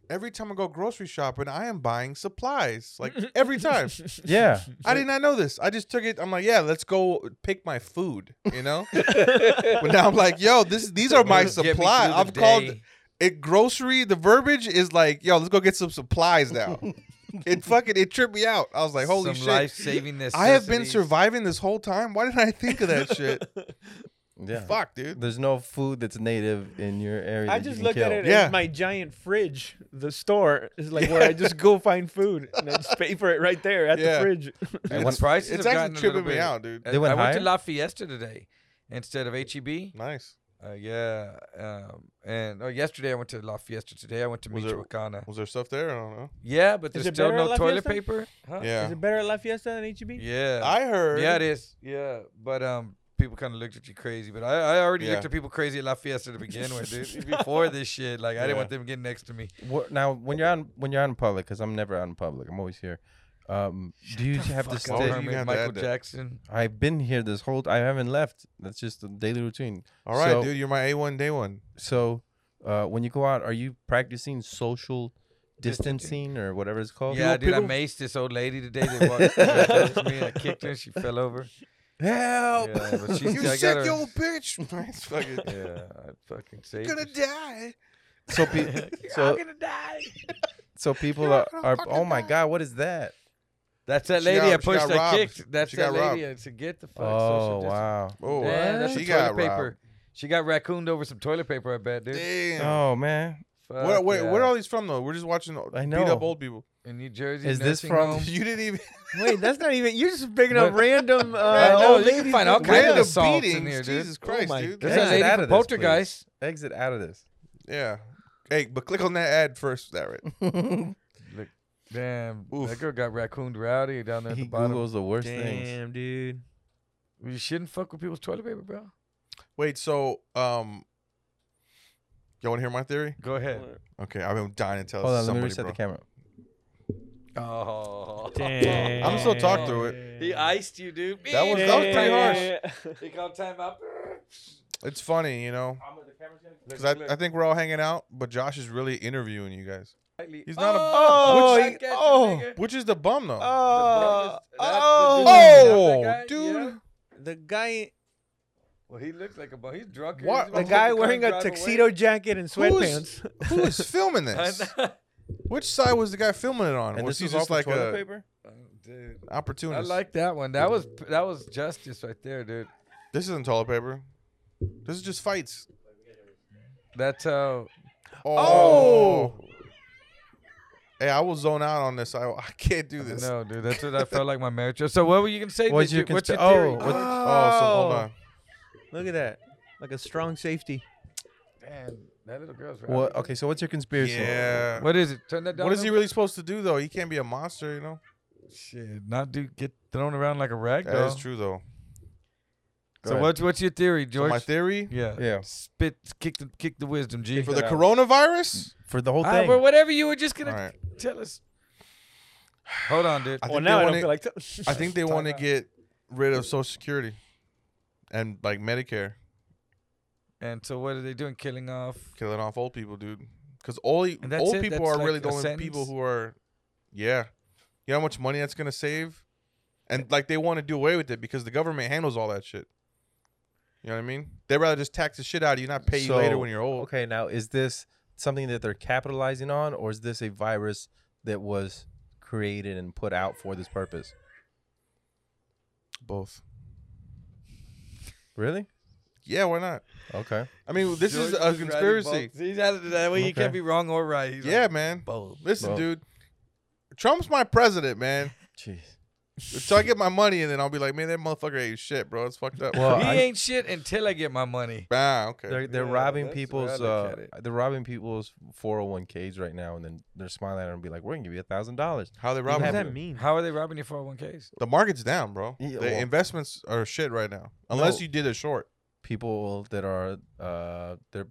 every time I go grocery shopping, I am buying supplies. Like every
(laughs)
time.
Yeah.
I did not know this. I just took it. I'm like, yeah, let's go pick my food, you know? but now I'm like, yo, this these are my
Get me through
supplies.
the
I've called
day.
it grocery. The verbiage is like, yo, let's go get some supplies now. it fucking it tripped me out. I was like, holy
some
shit.
life-saving
I have been
necessities.
surviving this whole time. Why didn't I think of
(laughs)
that shit?
Yeah.
Fuck, dude.
There's no food that's native in your area.
I
that you
just
can
look at
kill.
it
Yeah.
as my giant fridge. The store is like where I just go find food and I just pay for it right there at
Yeah.
the fridge.
And
It's-
prices
It's actually
have gotten a little
tripping me
bit-
out, dude.
I-
They went
I went to
higher?
La Fiesta today instead of HEB.
Nice.
Uh, yeah, um, and oh, yesterday I went to La Fiesta. Today I went to
Was there-
Michoacana.
Was there stuff there? I don't know.
Yeah, but there's
it
still
better at
no
La
toilet
Fiesta?
paper. Huh?
Is
Yeah.
it better at La Fiesta than E HEB?
Yeah.
I heard.
yeah, it is. Yeah, but um, people kind of looked at you crazy. But I, I already
Yeah.
looked at people crazy at La Fiesta to begin with,
(laughs)
dude. Before this shit, like I
Yeah.
didn't want them getting next to me.
What, now, when you're on when you're out in public, because I'm never out in public, I'm always here. Um, do you have to
Paul
up.
stay?
Herman.
Herman,
have to
Michael
add that.
Jackson.
I've been here this whole. I haven't left. That's just the daily routine.
All right,
So-
dude. You're my A1 day one.
So, uh, when you go out, are you practicing social distancing or whatever it's called?
yeah, dude, I maced this old lady
(laughs)
today. That walked close to me. I kicked her. She fell over.
Help!
Yeah,
(laughs)
but she,
Oh, You
I got
sick,
her.
you old bitch. Nice (laughs) fucking.
Yeah, I fucking saved
gonna
her.
die.
(laughs) So,
(laughs)
pe- so,
gonna die.
so people are, are. Oh my god, what is that?
That's that
She
lady
got-
I
she
pushed.
got
I
robbed.
kicked. That's
She
that
got
lady. I said, get the fuck.
Oh
social distance.
wow.
Oh,
Yeah, that's
she
some
got
toilet
robbed.
paper. She got raccooned over some toilet paper. I bet, dude.
Damn.
Oh man,
Fuck
Where, where,
yeah.
where are all these from though? We're just watching
I
beat
know.
up old people.
in New Jersey?
Is this
nursing
from- (laughs)
home?
You didn't
(laughs)
even
Wait, that's not even. You're just picking up
What? (laughs)
random. Uh,
I know,
old
you can
ladies
find
that-
all kinds of
random
assaults in
beatings.
here, dude.
Oh
Jesus Christ,
my
dude.
There's
Yeah,
that lady
out
from
of this, please.
Poltergeist.
exit out of this.
Yeah. Hey, but click on that ad first, that right?
Damn,
Oof.
that girl got raccooned rowdy down there at
he
the bottom.
googles the worst things.
Damn, dude.
You shouldn't fuck with people's toilet paper, bro.
Wait, so um, you want to hear my theory?
Go ahead.
Okay, I've been dying to tell
Hold on, let
somebody.
me reset
bro.
the camera.
Oh,
Damn.
I'm still talk through it.
He iced you, dude.
That was- that was pretty
harsh.
He called time out.
It's funny, you know, because I, I think we're all hanging out, but Josh is really interviewing you guys, He's not a-
Oh,
which-
he-
I got you,
oh.
nigga.
which is the bum though.
Oh,
Oh,
oh,
that guy,
dude.
yeah.
the guy,
Well, he looks like a bum. He's drunk.
What?
He's
the
about to
guy
come
wering a
drive away.
tuxedo jacket and
Who
sweatpants.
is- Who
(laughs)
is filming this? Which side was the guy filming it on?
And
was
this
he
is all
just
for
like
toilet
a
paper.
Oh, dude. I
opportunist?
like that one. That was that was justice right there, dude.
this isn't toilet paper. This is just fights.
That's how.
Oh. Hey, I will zone out on this. I, I can't do this.
No, dude. That's what I felt like my marriage. was. So what were you gonna say?
What's
Did
your
you- what's your
consp-
theory?
oh,
Oh, so hold
Oh.
on.
Look at that, like a strong safety.
Damn, that little girl's right.
What? Okay, so what's your conspiracy?
Yeah.
What is it? Turn that down.
What is he
a
really supposed to do though? He can't be a monster, you know.
little- Shit, not do get thrown around like a rag
That
doll.
is true though.
Go
So
ahead.
what's what's your theory,
So
George?
my theory
yeah.
Yeah.
Spit, kick the kick the wisdom, G.
for the coronavirus.
For the whole
Ah,
thing.
but whatever you were just
All
gonna
right.
tell us. Hold on, dude.
I think
Well,
they
now I
wanna-
don't feel like.
I think
(laughs)
they want to get rid of Social Security and like Medicare,
And so what are they doing? Killing off?
killing off old people, dude. Because old
And that's
old
it?
people
That's
are
like
really the
a
only people
sentence?
who are, yeah. You know how much money that's gonna save, and like they want to do away with it because the government handles all that shit. You know what I mean? They'd rather just tax the shit out of you, not pay you later
So,
when you're old.
Okay, now is this something that they're capitalizing on, or is this a virus that was created and put out for this purpose?
Both.
Really?
Yeah, why not?
Okay.
I mean, this is
George
a
writing
conspiracy.
both. He's out of that way. He
Okay.
can't be wrong or right. He's
Yeah,
like,
man.
both.
Listen,
Well-
dude. Trump's my president, man.
Jeez.
Uh,
So I get my money, and then I'll be like, man, that motherfucker ain't shit, bro. It's fucked up.
Well,
(laughs)
he
I-
ain't shit until I get my money.
ah, okay.
They're they're
Yeah,
robbing
that's the way I
people's
look
uh,
at it.
they're robbing people's 401ks right now, and then they're smiling at them and be like, "We're gonna give you a thousand dollars."
How they
What
robbing
does that
you?
mean?
How are they robbing your 401ks?
The market's down, bro.
Yeah,
the
well-
investments are shit right now. Unless
No.
you did a short.
People that are uh they're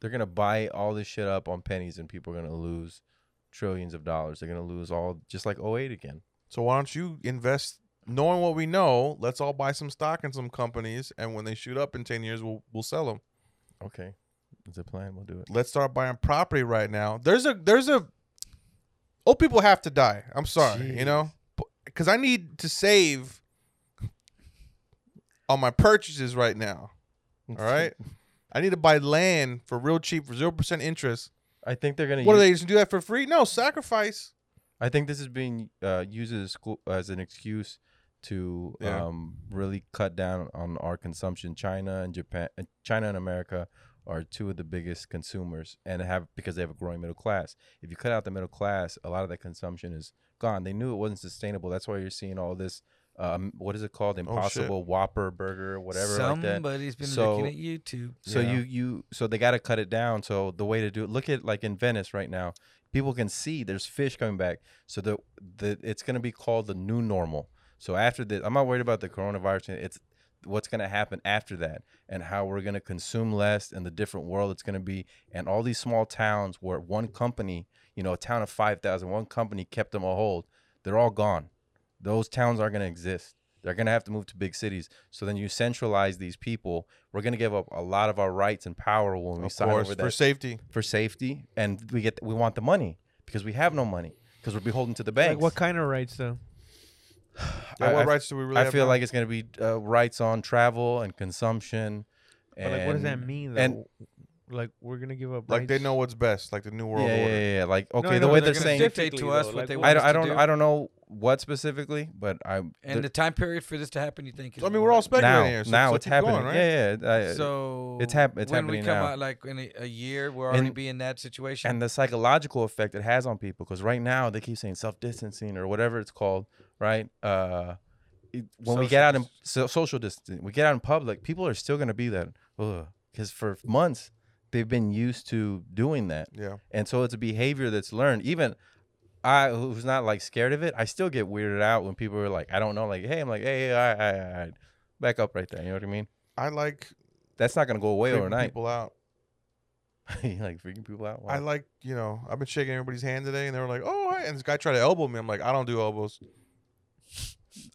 they're gonna buy all this shit up on pennies, and people are gonna lose trillions of dollars. They're gonna lose all just like 08 again.
So why don't you invest? Knowing what we know, let's all buy some stock in some companies, and when they shoot up in ten years, we'll we'll sell them.
Okay. It's a plan. We'll do it.
Let's start buying property right now. There's a there's a old people have to die. I'm sorry, you know, because I need to save on my purchases right now. All right, I need to buy land for real cheap, for zero percent interest.
I think they're gonna.
What are
use-
they just do that for free? No, sacrifice.
I think this is being uh, used as a school as an excuse to
Yeah.
um, really cut down on our consumption. China and Japan, uh, China and America are two of the biggest consumers, and have because they have a growing middle class. If you cut out the middle class, a lot of that consumption is gone. They knew it wasn't sustainable. That's why you're seeing all this. Um, what is it called? Impossible Whopper Burger, whatever like that.
Somebody's been
So-
looking at YouTube.
So
Yeah.
you you so they got to cut it down. So the way to do it, look at like in Venice right now, people can see there's fish coming back. So the the it's gonna be called the new normal. So after this, I'm not worried about the coronavirus. It's what's gonna happen after that and how we're gonna consume less and the different world it's gonna be and all these small towns where one company, you know, a town of 5,000, one company kept them a hold. They're all gone. Those towns aren't gonna exist. They're gonna have to move to big cities. So then you centralize these people. We're gonna give up a lot of our rights and power when we
of
sign
course,
over
for
that
safety.
for safety, and we get we want the money because we have no money because we're beholden to the banks.
Like what kind of rights though?
Yeah,
I-
what
I-
rights do we really?
I
have
feel
now?
like it's gonna be uh, rights on travel and consumption.
But like what does that
and-
mean though?
and-
like we're gonna give up
like they
rights?
know what's best, like the new
Yeah,
world
yeah,
order.
yeah, yeah. Like okay,
I
the
know,
way
but they're
they're
gonna
saying,
stick-
dictate to
Specifically,
us
though,
what
like,
they
what
I
want
don't,
us
I
to
don't,
do.
I don't know what specifically, but I
and the
the-
time period for this to happen, you think? Is
So, I mean, we're all
what?
speculating
now
here. So,
now
so
it's
keep going,
happening.
right?
Yeah, yeah. I-
So
it's hap- it's
when we
happening
come
now.
out like in a, a year, we'll already
And-
be in that situation.
and the psychological effect it has on people because right now they keep saying self distancing or whatever it's called, right? Uh, it- when we
Social
get out in so, social distancing, we get out in public, people are still gonna be that because for months they've been used to doing that,
Yeah.
and so it's a behavior that's learned. Even I, who's not like scared of it, I still get weirded out when people are like, I don't know, like, hey, I'm like, hey, hey, all right, all right, all right. back up right there. You know what I mean?
I like
That's not gonna go away
freaking
overnight.
people out.
You (laughs) like freaking people out.
I
Wow.
like, you know, I've been shaking everybody's hand today, and they were like, "Oh," hey," and this guy tried to elbow me. I'm like, "I don't do elbows."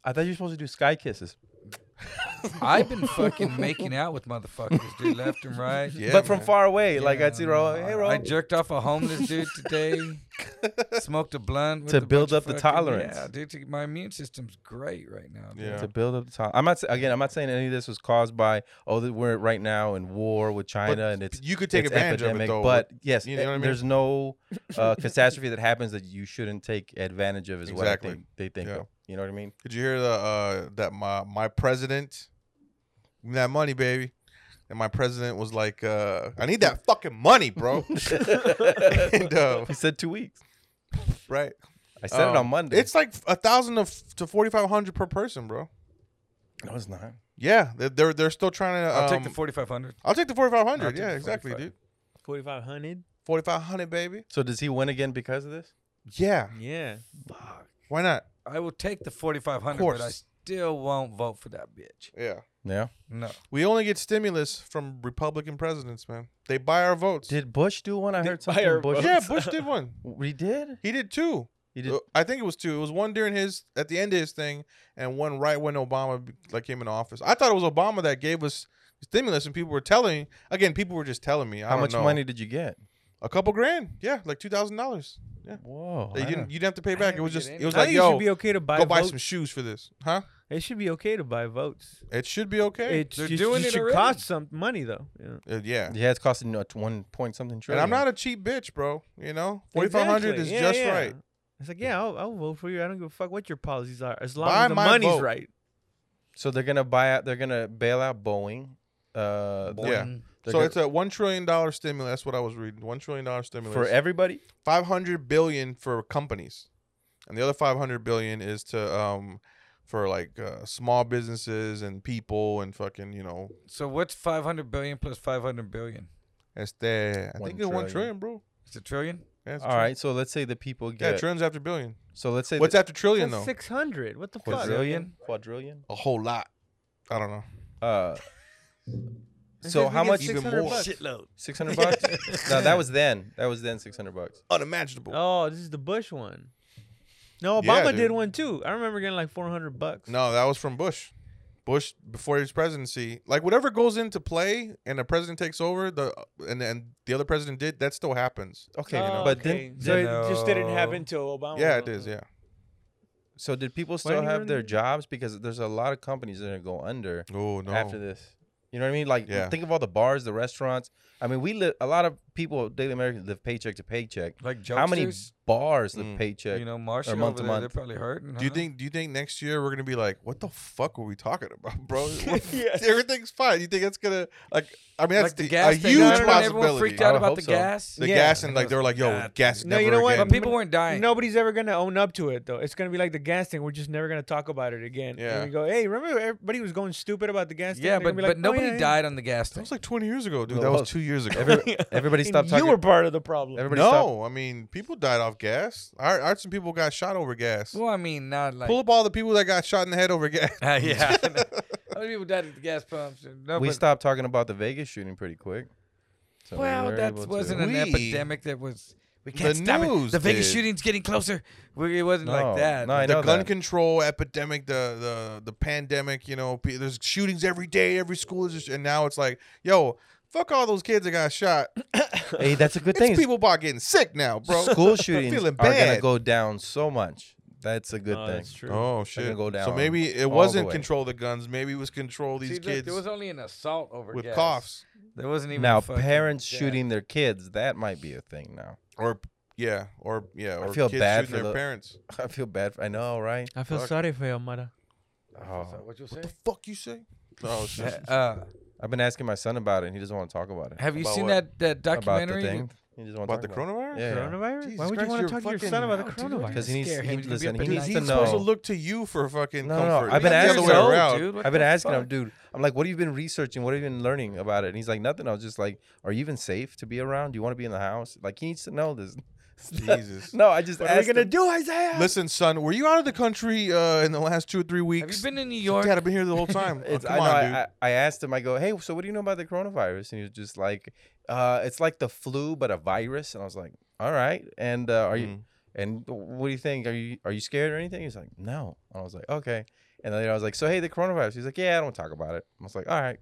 I thought you were supposed to do sky kisses.
(laughs) I've been fucking making out with motherfuckers, dude, left and right.
Yeah,
but from
man.
far away, like
Yeah,
I'd see Ro,
no,
hey
I-
Ro,
I jerked off a homeless dude
(laughs)
today. smoked a blunt with
To
a bunch
build
of
up the
fucking-
tolerance.
Yeah, dude, to- my immune system's great right now. dude.
Yeah.
to build up the time. I'm not sa- again. I'm not saying any of this was caused by oh that we're right now in war with China and it's
You could take
it's
advantage
epidemic,
of it, though.
But yes, eh,
you know what I mean?
there's no uh, catastrophe that happens that you shouldn't take advantage of. Is
Exactly.
what I think they think.
Yeah.
Of, you know what I mean?
did you hear the uh, that my my president, Give me that money, baby, and my president was like, uh, "I need that fucking money,
(laughs)
bro." (laughs) and uh,
He said two weeks.
right,
I said it
Um,
on Monday.
it's like a thousand to forty five hundred per person, bro.
no, it's not.
Yeah, they're they're, they're still trying to. Um,
I'll take the 4500.
I'll take the forty five
I'll
hundred.
take
Yeah,
the
exactly,
45.
dude.
forty five hundred.
Forty five hundred, baby.
So does he win again because of this?
Yeah,
Yeah.
why not?
I will take the 4500,
Course.
but I still won't vote for that bitch.
Yeah.
Yeah.
No.
We only get stimulus from Republican presidents, man. They buy our votes.
Did Bush do one? I heard
buy
something.
our
Bush. (laughs)
yeah, Bush did one.
We did.
He did two.
He did.
Uh, I think it was two. It was one during his at the end of his thing, and one right when Obama be- like came into office. I thought it was Obama that gave us stimulus, and people were telling again. People were just telling me I
How
don't
much
know.
money did you get?
A couple grand. Yeah, like two thousand dollars.
Whoa.
You
I
didn't. You didn't have to pay back. It was
didn't
just.
get
It was
I
like
think it
yo,
should be okay to buy
go buy
votes.
some shoes for this, huh?
It should be okay to buy votes.
It should be okay.
It's
They're
just,
doing
it
it
should
already.
cost some money though. Yeah.
Uh, yeah.
Yeah, it's costing uh, t- one point something
And
trillion.
I'm not a cheap bitch, bro. You know, forty five hundred
Exactly.
is
Yeah,
just
yeah.
right.
It's like, yeah, I'll, I'll vote for you. I don't give a fuck what your policies are, as long
Buy
as the
my
money's
vote.
right.
So they're gonna buy out. They're gonna bail out Boeing. Uh, they're-
Yeah.
Mm.
So
they're gonna-
it's a one trillion dollar stimulus. That's what I was reading. One trillion dollar stimulus
for everybody.
five hundred billion for companies, and the other five hundred billion is to um for like uh, small businesses and people and fucking you know
So what's 500 billion plus 500 billion?
it's the I
One
think it's one
trillion.
trillion, bro.
It's a trillion?
Yeah, it's a
All
trillion.
right. So let's say the people
Yeah,
get.
trillions after billion.
so let's say
What's
the
after trillion
That's
though?
600. What the fuck?
Quadrillion?
quadrillion.
A whole lot. I don't know.
Uh,
It
so
says
how
we get
much?
600
Even more.
bucks.
Six hundred bucks. no, that was then. That was then. Six hundred bucks.
Unimaginable.
Oh, this is the Bush one. No,
Yeah,
Obama did
dude.
one too. I remember getting like 400 bucks.
No, that was from Bush. Bush before his presidency, like whatever goes into play and the president takes over, the and and the other president did, that still happens.
Okay,
Oh,
but
okay.
then
then-
so it just didn't
No.
happen till Obama.
yeah, it
was on
is.
there.
Yeah,
so did people still
do you
have their
really-
jobs because there's a lot of companies that are gonna go under
oh no,
after this. You know what I mean? Like
Yeah.
think of all the bars, the restaurants. I mean, we live a lot of people daily Americans live paycheck to paycheck.
Like jokesters,
How many bars live
Mm.
paycheck?
you know, Marshall
month
over
to
there,
month.
they're probably hurting.
Do you
huh?
think? Do you think next year we're gonna be like, what the fuck were we talking about, bro?
Yeah.
Everything's fine. You think that's gonna like? I mean, that's
like the
the-
gas
a
thing,
huge
remember when Everyone
possibility. Uh-huh.
freaked out
I
about
hope
the
so.
gas.
the
Yeah.
gas and like they were like, yo, gas.
No,
never
you know what?
again.
But people weren't dying.
Nobody's ever gonna own up to it though. It's gonna be like the gas thing. We're just never gonna talk about it again. And
Yeah.
we go, hey, remember everybody was going stupid about the gas?
yeah, but
thing? They're gonna be
but
like, "Oh,
nobody
yeah, yeah."
died on the gas
That
thing.
was like 20 years ago, dude.
No,
that was
those-
two years ago.
Everybody
And
stopped talking.
(laughs) You were part of the problem.
everybody
no,
stopped.
I mean, people died off gas. I, I heard some people got shot over gas.
Well, I mean, not like
Pull up all the people that got shot in the head over gas.
Uh, (laughs) yeah. (laughs) I know. How many people died at the gas pumps? and- No,
we
but-
stopped talking about the Vegas shooting pretty quick. So we
Well,
were
that
able to-
wasn't an
We-
epidemic that was. We can't stop
news
it. The Vegas
did.
shooting's getting closer. We, it wasn't
No,
like that.
no, I
the
know
gun
that.
control epidemic, the the the pandemic. You know, pe- there's shootings every day, every school is, just, and now it's like, yo, fuck all those kids that got shot.
Hey, that's a good
It's
thing.
people about getting sick now, bro.
(laughs)
(laughs)
School shootings are
feeling
gonna
bad.
go down so much. That's a good
Oh,
thing.
that's true.
Oh
gonna
shit!
go
so
down
maybe
all the
it wasn't
way.
control the guns. Maybe it was control these
See, look,
kids
there was only an assault over
with
gas.
coughs
There wasn't even
Now,
a fucking
parents
gas.
shooting their kids—that might be a thing now. (laughs)
or yeah, or yeah,
I
or
feel
kids
bad
shooting
for
their
the-
parents.
I feel bad. For, I know, right?
I feel
Fuck.
sorry for your mother.
Oh.
What you
What
say?
the fuck you say? Oh shit!
Uh,
I've been asking my son about it, and he doesn't want to talk about it.
have you
About
seen
what?
that, that
about the
documentary?
thing. He doesn't want
About
to
the
talk
coronavirus?
Yeah.
Coronavirus?
Jesus
Why would
Christ,
you want
you're
to talk to your son
fucking-
about the
No, dude, what are you
coronavirus?
Because he needs.
Scare him.
He,
He's gonna be
listen. He
up at
Dude,
needs
night.
he's
to know.
supposed to look to you for fucking
No, no, no,
comfort.
I've been
Not the
asking
other way
him.
around.
Dude, what
I've been
the
asking him,
fuck?
dude. I'm like, what have you been researching? What have you been learning about it? And he's like, nothing. I was just like, are you even safe to be around? Do you want to be in the house? Like, he needs to know this. (laughs)
Jesus.
no, I just
What are we
asked.
gonna
him.
do, Isaiah?
Listen, son, were you out of the country uh, in the last two or three
Have you
weeks?
been in New York?
Dad, I've been here the whole time. Oh,
(laughs) It's,
come
I, know,
on,
I-
dude.
I, I asked him. I go, hey, so what do you know about the coronavirus? And he was just like, uh, it's like the flu, but a virus. And I was like, all right. And uh, are you?
Mm.
And what do you think? Are you are you scared or anything? He's like, no. And I was like, okay. And then I was like, so hey, the coronavirus. He's like, yeah, I don't talk about it. I was like, all right.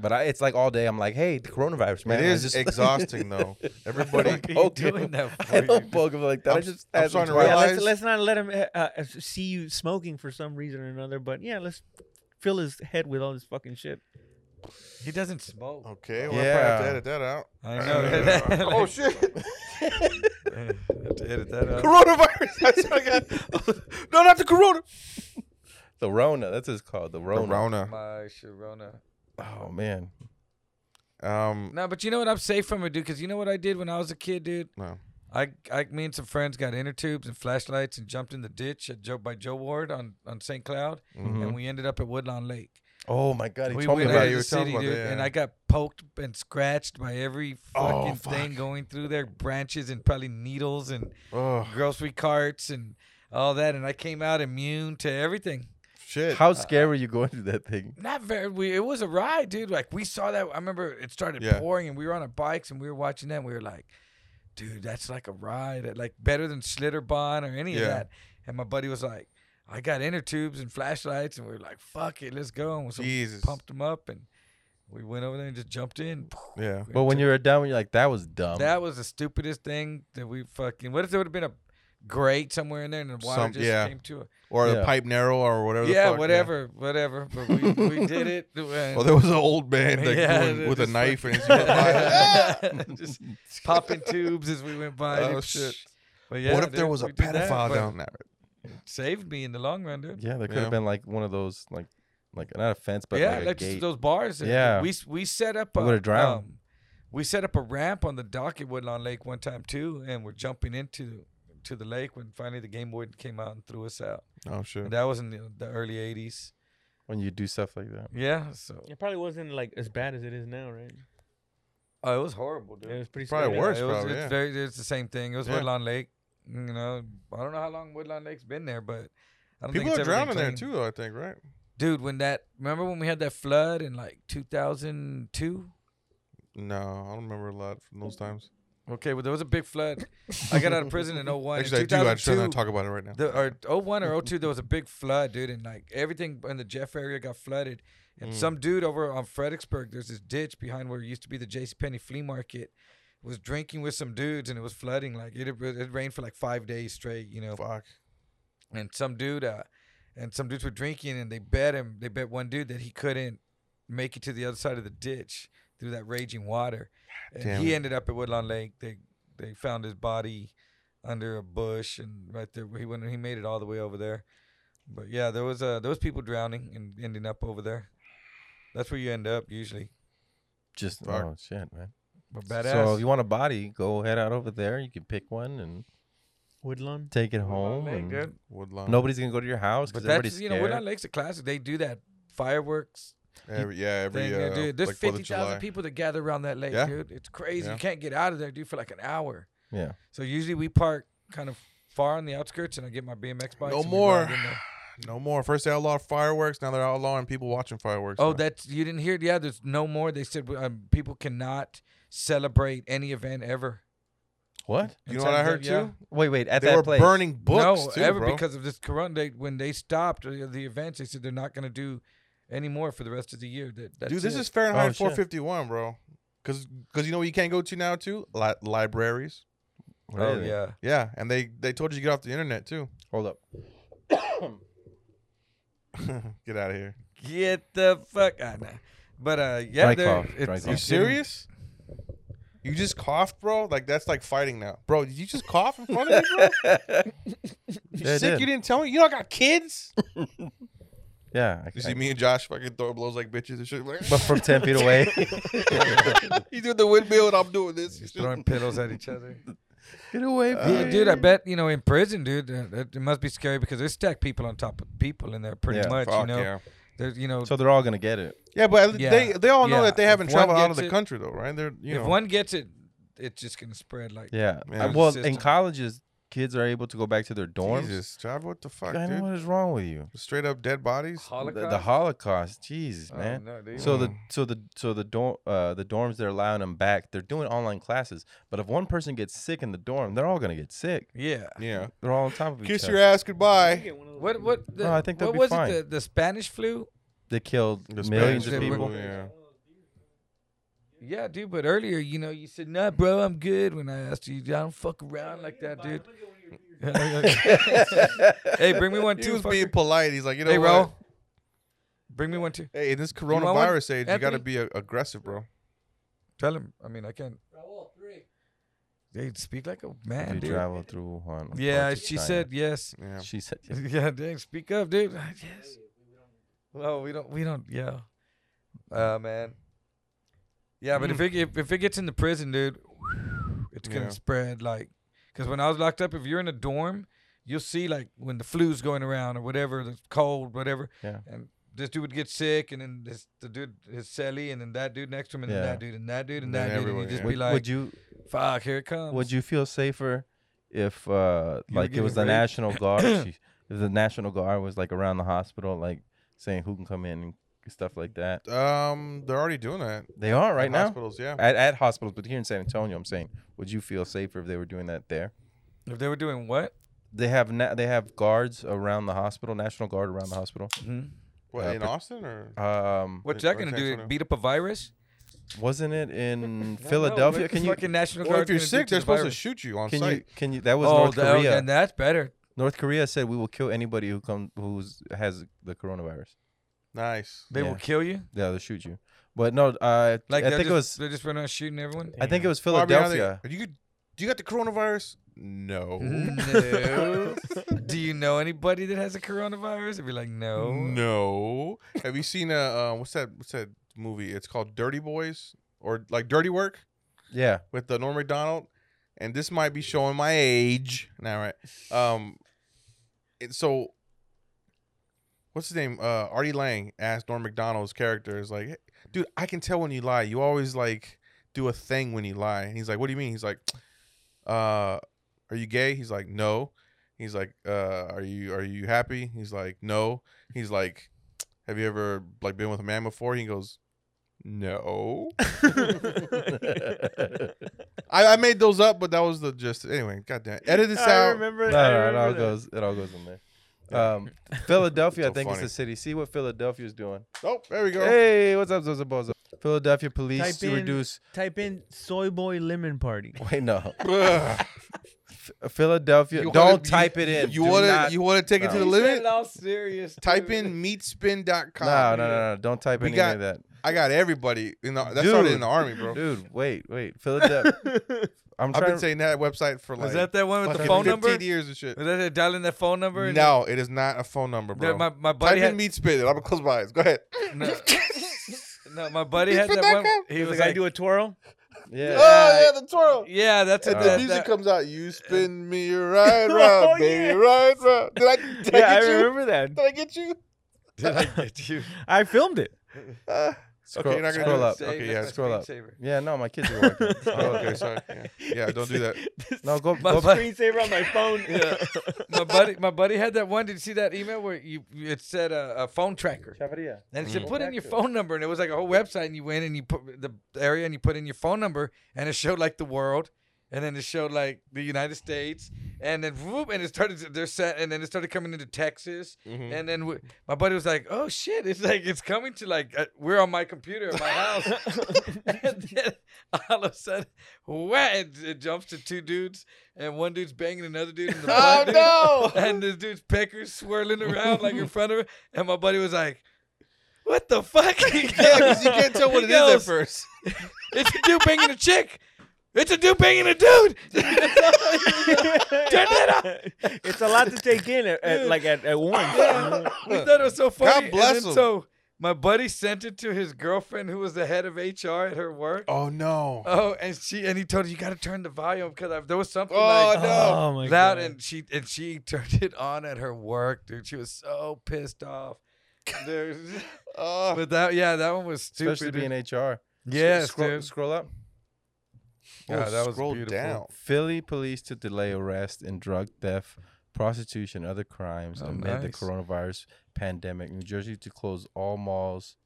But I, it's like all day. I'm like, hey, the coronavirus, man.
it
I
is
just- (laughs)
exhausting, though. Everybody,
(laughs) What are you
poke him.
doing that for
I
you?
don't poke him like that. i
I'm-
just
I'm
asked him
starting to
twice.
Yeah, let's,
realize-
let's not let him uh, uh, see you smoking for some reason or another. But yeah, let's fill his head with all this fucking shit.
He doesn't smoke.
okay, well, I probably have to
Yeah.
edit that out.
I know. (laughs)
oh shit! (laughs)
Have to edit that out.
Coronavirus. That's what I got. no, not the corona.
The Rona. That's what it's called. The Rona.
Corona.
My Sharona.
Oh man.
Um,
No, but you know what? I'm safe from it, dude. Because you know what I did when I was a kid, dude.
no.
I, I, me and some friends got inner tubes and flashlights and jumped in the ditch at Joe by Joe Ward on on St. Cloud,
Mm-hmm.
and we ended up at Woodlawn Lake.
Oh my God. He
we
told me
went
out
about
out
you
of
were
the
it.
telling
city,
about
dude,
that,
and
yeah.
I got poked and scratched by every
Oh,
fucking thing
fuck.
going through there, branches and probably needles and
Oh
grocery carts and all that, and I came out immune to everything.
shit!
How scared were you going through that thing?
Not very. We, it was a ride, dude. Like we saw that. I remember it started
Yeah.
pouring, and we were on our bikes, and we were watching that. and We were like, "Dude, that's like a ride. Like better than Schlitterbahn or any
Yeah.
of that." And my buddy was like, "I got inner tubes and flashlights," and we were like, "Fuck it, let's go." And so we
Jesus.
pumped them up, and we went over there and just jumped in.
Yeah.
But when you were done, you're like, that was dumb.
that was the stupidest thing that we fucking. What if there would have been a grate somewhere in there and the water
Some-
just
yeah.
came to it?
Or
Yeah.
the pipe narrow, or whatever. the
Yeah,
fuck,
whatever, whatever. But we,
(laughs)
we did it. and-
Well, there was an old man like,
(laughs) Yeah,
doing, with a
just
knife and
(laughs)
his
just (laughs) popping tubes as we went by.
Oh,
dude.
shit.
But yeah,
what if there
dude,
was a
we did that,
pedophile
but
down there?
it Saved me in the long run, dude.
yeah, there could
Yeah.
have been like one of those, like, like not a fence, but
yeah,
like, a
like just
gate.
those bars. there, dude.
Yeah.
we s- we set up.
I
a-
would've drowned.
um, we set up a ramp on the dock at Woodlawn Lake one time too, and we're jumping into to the lake when finally the Game Boy came out and threw us out.
Oh shit!
And that was in the, the early '80s.
when you do stuff like that.
Yeah, so
It probably wasn't like as bad as it is now, right?
oh, it was horrible, dude.
It was pretty
Probably
scary.
worse.
it was,
probably,
it's
yeah.
very it's the same thing. It was
Yeah.
Woodlawn Lake. You know, I don't know how long Woodlawn Lake's been there, but I don't
People
think
are
it's ever been
drowning there
clean.
too, though. I think, right?
Dude, when that remember when we had that flood in like 2002?
No, I don't remember a lot from those times.
Okay, well, there was a big flood. I got out of prison in
(laughs)
01.
Actually, I
in
do. I'm sure not
2002,
talk about it right now.
the, or 01 or 02, there was a big flood, dude, and like everything in the Jeff area got flooded. And some dude over on Fredericksburg, there's this ditch behind where it used to be the JCPenney flea market, was drinking with some dudes and it was flooding. Like it, it rained for like five days straight, you know.
Fuck.
And some dude, uh, and some dudes were drinking and they bet him, they bet one dude that he couldn't make it to the other side of the ditch through that raging water. And
Damn
he
it.
ended up at Woodlawn Lake. They they found his body under a bush and right there he went he made it all the way over there. But yeah, there was uh there was people drowning and ending up over there. That's where you end up usually.
Just
Fuck.
oh shit, man.
But badass.
So if you want a body, go head out over there. You can pick one and
Woodlawn.
take it
Woodlawn
home.
Lake,
and
dude.
Woodlawn.
Nobody's gonna go to your house
But
because everybody's
that's you
scared.
know Woodlawn Lake's a classic. They do that fireworks
Every, yeah, every
thing,
uh,
there, dude. There's
like Fourth
fifty
of
thousand
July.
people that gather around that lake,
Yeah.
dude. It's crazy.
Yeah.
You can't get out of there, dude, for like an hour.
Yeah.
So usually we park kind of far on the outskirts, and I get my BMX bike.
No more. (sighs) No more. First they outlawed fireworks. Now they're outlawing people watching fireworks.
Oh,
now.
that's you didn't hear? Yeah, there's no more. They said um, people cannot celebrate any event ever.
What?
You
In
know what I
San Jose-
heard
yeah.
too?
Wait, wait. At
They
that
were
place,
burning books
no,
too,
ever
bro.
because of this corona. They when they stopped uh, the events, they said they're not going to do any more for the rest of the year. That that's
Dude, this
it.
is Fahrenheit
Oh, shit.
451, bro. Because you know what you can't go to now too? Li- libraries.
oh
Really?
yeah.
Yeah, and they they told you to get off the internet
(laughs)
too.
Hold up.
get out of here.
Get the fuck out. Nah. But uh, yeah,
Dry
they're-
cough,
it's,
dry
it's
cough.
You
You
getting-
serious? You just coughed, bro. Like that's like fighting now, bro. Did you just
(laughs)
cough in front of me, bro? You
Yeah, I
sick?
did.
You didn't tell me. You don't got
(laughs)
kids.
Yeah. I-
You see
I-
me and Josh fucking throw blows like bitches and shit. Like, (laughs)
(laughs) But from ten feet
(laughs)
away.
he's doing the windmill and I'm doing this.
Just throwing pillows at each other.
Get away,
(laughs) Yeah, Uh, dude, I bet you know in prison, dude, uh, that- it must be scary because they stack people on top of people in there pretty
Yeah,
much.
Fuck
you know,
yeah.
there's you know,
So they're all gonna get it.
Yeah, but
Yeah,
they they all know
yeah.
that they haven't
If one
traveled out of
gets
the
it-
country though, right? They're you
if
know
one gets it, it's just gonna spread like.
Yeah.
Yeah.
Uh, Well, in
System.
colleges, kids are able to go back to their dorms.
Jesus, Trav, what the fuck,
I know
dude?
what is wrong with you.
Straight up dead bodies.
The,
Holocaust.
the Holocaust, Jesus,
Oh,
man.
no, dude.
So the so the so the dorm uh, the dorms they're allowing them back. They're doing online classes, but if one person gets sick in the dorm, they're all gonna get sick.
yeah.
Yeah.
They're all on top of each
Kiss
other.
your ass goodbye.
What what? The,
No, I think they'll
what
be
was
fine.
it? The, the Spanish flu.
They killed
The
millions of
Spanish flu,
people.
Yeah.
Yeah, dude. But earlier, you know, you said, "Nah, bro, I'm good." When I asked you, I don't fuck around like that, dude. (laughs) hey, bring me one
He
too.
was
fucker.
being polite. He's like, you know
hey,
what?
bro. Bring me one too.
Hey, in this
want one,
coronavirus age, you got to
Anthony?
be a- aggressive, bro.
Tell him. I mean, I can't. They speak like a
If
man,
you
dude.
travel through Wuhan. of
Yeah,
course,
she
China.
said yes.
Yeah.
She said. yes.
(laughs) Yeah, dang, speak up, dude. Yes. Well, we don't, we don't, yeah. Uh, man. Yeah, but if
Mm.
it if, if it gets in the prison, dude, it's gonna
Yeah.
spread like. Because when I was locked up, if you're in a dorm, you'll see like when the flu's going around or whatever, the cold, whatever.
Yeah.
And this dude would get sick, and then this the dude his celly, and then that dude next to him, and then
Yeah.
that dude, and that dude, and
Then
that dude, and
everyone,
you just
yeah.
be
Would,
like,
would you
"Fuck, here it comes."
would you feel safer if uh
You were
like it was the
getting raped? (coughs)
national guard? she, if the national guard was like around the hospital, like saying who can come in and stuff like that.
Um, they're already doing that
They are right
in
now.
Hospitals, yeah.
At, at hospitals, but here in San Antonio, I'm saying, would you feel safer if they were doing that there?
If they were doing what?
They have na- they have guards around the hospital, national guard around the hospital.
What
Uh,
in
but-
Austin or?
Um,
What's
Or
that Mm-hmm. gonna
text
do?
or no?
Beat up a virus?
wasn't it in
I don't know,
Philadelphia?
what
Can
the
you
fucking National
Well,
Guard?
if you're
gonna do
sick,
to
they're
the
supposed to
virus?
shoot you on
can you
site.
can you? That was
oh,
North
the- oh,
Korea.
then that's better.
North Korea said we will kill anybody who comes who's has the coronavirus.
Nice.
They will
Yeah.
kill you.
Yeah, they'll shoot you. But no, uh,
Like
I
they're
think
just,
it was
they're just running around shooting everyone.
I think it was
Bobby, how they-
Philadelphia.
Are you good- do you got the coronavirus? No.
no. Do you know anybody that has a coronavirus? It'd be like, no.
(laughs) No. Have you seen a uh, what's that? What's that movie? It's called Dirty Boys or like Dirty Work
yeah, (laughs)
with the Norm Macdonald. And this might be showing my age now, right? Um, and so what's his name? Uh, Artie Lang asked Norm Macdonald's character is like, dude, I can tell when you lie. You always like do a thing when you lie. And he's like, what do you mean? He's like, uh, are you gay? He's like, no. He's like, uh, are you are you happy? He's like, no. He's like, have you ever like been with a man before? He goes, No. I, I made those up, but that was the just anyway. Goddamn, edit this
I
out.
remember.
No, no,
I
it
remember
all
that.
goes. It all goes in there. Um, Philadelphia,
So
I think, is
funny.
the city. See what Philadelphia's doing.
Oh, there we go. (laughs)
Hey, what's up, Zozo Bozo? Philadelphia police
Type
to
in-
reduce.
Type in soy boy lemon party.
Wait, no.
Ugh.
(laughs) Philadelphia.
You
don't
wanna- you-
type it in.
You
Do
want to
not-
you want to take it to
no.
the
He said
limit?
it all serious.
Type
too.
in meatspin.com.
No, no, no, no. Don't type
We
any
got-
of that.
I got everybody. You know, that's started in
Dude.
the army, bro.
Dude, wait, wait.
(laughs)
Philadelphia. I'm
I've
trying
been
to say
saying that website for like
Was that that one with the
fucking
phone
15
number?
years and shit.
Was that it dialing that phone number? and-
No, it is not a phone number,
There-
bro.
my my buddy
Type
had,
in meatspin. I'm gonna close my eyes. Go ahead.
(laughs) no, no, my buddy had that one. He
He's
was
like, I
like,
do a twirl.
yeah.
Oh yeah, the twirl.
yeah, that's
And
what
the
that,
music
that- (laughs)
comes out. You spin me right round,
Oh,
baby,
yeah.
right round. Did I, did
Yeah,
I
I
get you?
remember that.
Did I get you?
Did I
(laughs)
get you?
I filmed it.
Uh,
Scroll,
you're not gonna
scroll
do
up.
it. Okay,
Save,
yeah,
that's my
scroll up.
screensaver.
Yeah, no, my kids are
(laughs)
working.
oh, okay, sorry. Yeah, Yeah, don't
(laughs)
do that.
No, go,
The
(laughs) go
but-
screensaver on my phone. (laughs)
my buddy, my buddy had that one. Did you see that email where you it said uh, a phone tracker? (laughs)
Chavarria.
And it said put in your phone number, and it was like a whole website, and you went and you put the area and you put in your phone number, and it showed like the world, and then it showed like the United States, and then whoop, and it started they're set, and then it started coming into Texas, and then we, my buddy was like, "Oh shit!" It's like it's coming to like uh, we're on my computer at my house, (laughs) and then all of a sudden, wha- it, it jumps to two dudes, and one dude's banging another
(laughs)
dude in the butt, dude,
Oh no!
and this dude's peckers swirling around like in
(laughs)
front of her, and my buddy was like, "What the fuck?" (laughs)
Yeah, 'cause you can't (laughs) tell what it
He
is at
goes,
first.
It's a dude banging a chick. It's a dude banging
(laughs)
a dude. (laughs) Turn that off.
it's a lot to take in at, at- like at, at once.
(laughs) Yeah. we thought it was so funny. and
bless
then
him.
So my buddy sent it to his girlfriend, who was the head of HR at her work. Oh,
Oh no!
and she and he told her you got to turn the volume because there was something
Oh,
like
no.
Oh my
loud,
god.
and she and she turned it on at her work, dude. She was so pissed off. (laughs) Dude.
Uh,
But that, yeah, that one was stupid.
Especially being HR.
dude. yes,
scroll,
dude.
scroll up.
oh, scroll down.
Philly police to delay arrest in drug theft, prostitution, other crimes
Oh,
amid the
nice.
coronavirus pandemic. New Jersey to close all malls.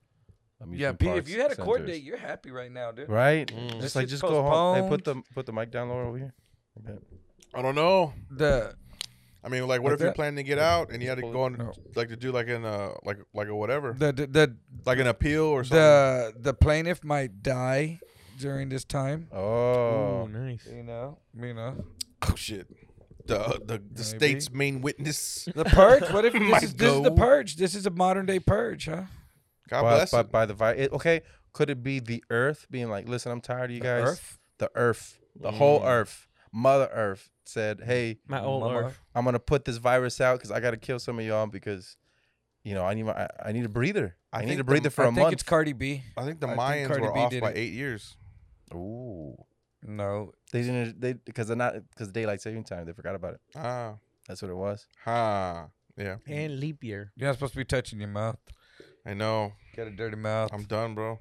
Yeah,
amusement
Pete, if
parks,
you had a court
centers.
date, you're happy right now, dude.
right?
Mm.
This
Just like
shit's
just go home. Hey, put the
postponed.
put the mic down lower over here. Like that.
I don't know.
The
I mean, like, what
Like
if you're
that?
planning to get out and you had to go on,
No.
like, to do like an uh, like like a whatever,
the the the
like an appeal or something?
the, the plaintiff might die during this time.
Oh,
nice.
You know, you know
oh shit! The the, the state's main
(laughs)
witness.
the purge. What if this
Might
is, this is the
go.
purge? This is a modern day purge, huh?
God
by,
bless.
by,
him.
by the virus. Okay, could it be the Earth being like, listen, I'm tired of you guys.
Earth?
The Earth, the whole
Mm.
Earth, Mother Earth said, hey,
My old
Mama.
earth.
I'm gonna put this virus out because I gotta kill some of y'all because, you know, I need my I, I need a breather.
I
I, need
think
a breather
the-
for
I
a
think
month.
it's Cardi B.
I think the
I think
Mayans
Cardi
were
B
off
did
by
it.
eight years.
Ooh,
No,
they didn't they because they're not because daylight saving time. They forgot about it.
Ah,
That's what it was.
ha. Yeah,
And leap year.
you're not supposed to be touching your mouth.
I know.
Got a dirty mouth.
I'm done, bro.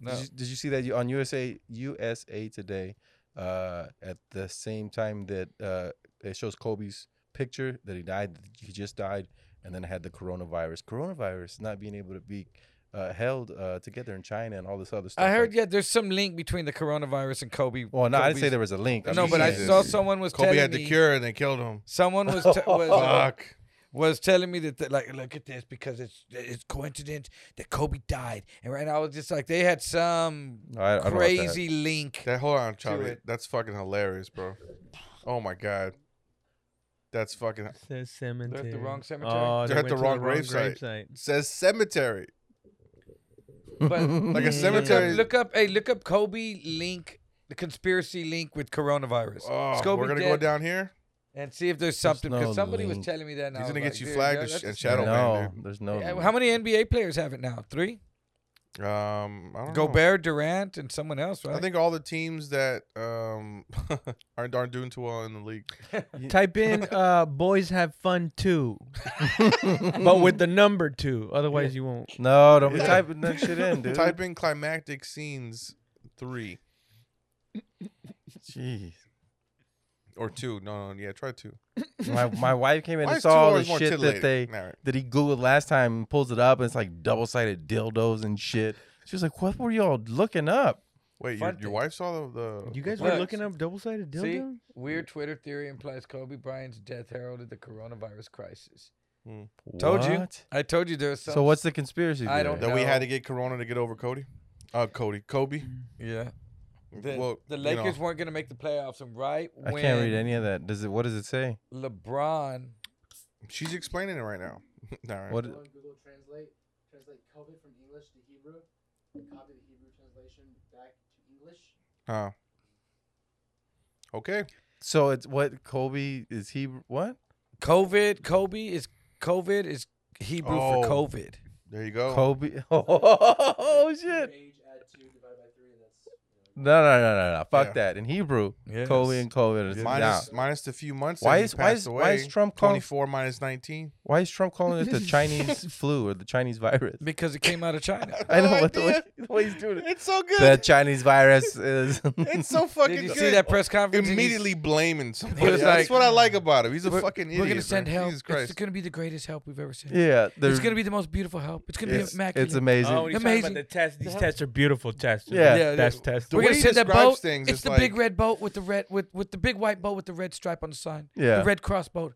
no.
Did, you, did you see that you, on USA USA Today? Uh, at the same time that uh, it shows Kobe's picture that he died, that he just died, and then had the coronavirus. Coronavirus not being able to be uh, held uh, together in China and all this other stuff.
I heard
Like,
yeah, there's some link between the coronavirus and Kobe.
well, no, I didn't say
Kobe's-
there was a link. I'm
No,
just
but I
Jesus.
saying-
saw someone was
Kobe
telling
had the
me-
cure and they killed him. (laughs)
Someone was t- was uh,
Fuck.
was telling me that, that like look at this because it's it's coincidence that Kobe died and right now I was just like they had some
I- I don't know about that.
crazy link.
That hold on, Charlie.
it.
That's fucking hilarious, bro. Oh my god. That's fucking
Says cemetery.
They're at the wrong cemetery?
Oh,
They're at
went
the
to
wrong gravesite.
gravesite.
says cemetery.
(laughs) But
(laughs)
look
Like a
Mm.
up,
cemetery.
look up hey look up Kobe link the conspiracy link with coronavirus.
Oh,
Is Kobe
we're gonna go
dead?
down here.
and see if there's something because
no
somebody was
link.
telling me that. and I
He's
was
gonna get
like,
you
dude,
flagged
yeah,
as-
that's
and
a-
shadowed. Shadow
no,
Man,
there's no.
Yeah,
link.
How many NBA players have it now? Three.
Um, I don't know.
Gobert, Durant, and someone else, right?
I think all the teams that um (laughs) aren't aren't doing too well in the league.
Type in uh, boys have fun
(laughs)
too. but with the number two. Otherwise you won't.
No, don't be
Yeah.
typing that shit
(laughs)
in, dude.
Type in climactic scenes three
Jeez.
or two. No, no, yeah, try two.
My, my wife came in
Why
and
is two
saw all the
always more
shit that
titillating?
they
All right.
that he googled last time and pulls it up and it's like double sided dildos and shit. She was like, "What were y'all looking up?"
Wait, your,
Fun
your
thing.
wife saw the. the
You guys were
Look.
looking up double sided
See,
dildo?
weird Twitter theory implies Kobe Bryant's death heralded the coronavirus crisis.
Told
you.
What?
I told you there was some.
So what's the conspiracy?
I don't
theory?
that we
No.
had to get Corona to get over Cody. Uh, Cody, Kobe.
Yeah. The,
Well,
the
you
Lakers
know.
weren't going to make the playoffs, and right
I
when
can't read any of that. Does it? What does it say?
LeBron,
She's explaining it right now. (laughs) All right.
What?
Go on Google Translate, translate COVID from English to Hebrew, and copy the Hebrew translation back to English.
Uh, okay.
So it's what? Kobe is he? What?
COVID, Kobe is COVID is Hebrew for
Oh.
COVID.
There you go.
Kobe. (laughs) Oh shit!
Age, add two, divided by three, and that's
No, no, no, no, no. Fuck
Yeah.
that. In Hebrew,
Yes.
Kobe and COVID is now.
Minus- minus the few months. that
Why
he
is- why
passed
is-
away,
why is Trump calling-
twenty four minus nineteen?
Why is Trump calling it the Chinese flu or the Chinese virus?
Because it came out of China.
I know what the way, the way he's doing it.
It's so good.
The Chinese virus is.
(laughs) it's so (laughs) fucking
Did you
good.
see that press conference? and he's-
Immediately blaming somebody.
was
That's
like,
what I like about him. He's a
we're,
fucking idiot.
We're gonna send
man.
help.
Jesus Christ.
It's gonna be the greatest help we've ever seen.
yeah,
It's
there's-
gonna be the most beautiful help. It's gonna
It's,
be immaculate.
it's amazing.
Oh, when he's talking
Amazing.
about the tests. These tests are beautiful tests.
Yeah.
Yeah,
That's
yeah.
tests.
The
We're
way
gonna
he
send that
describes
boat.
things
it's
is
the
like-
big red boat with the red with, with the big white boat with the red stripe on the sign.
Yeah.
The Red Cross boat.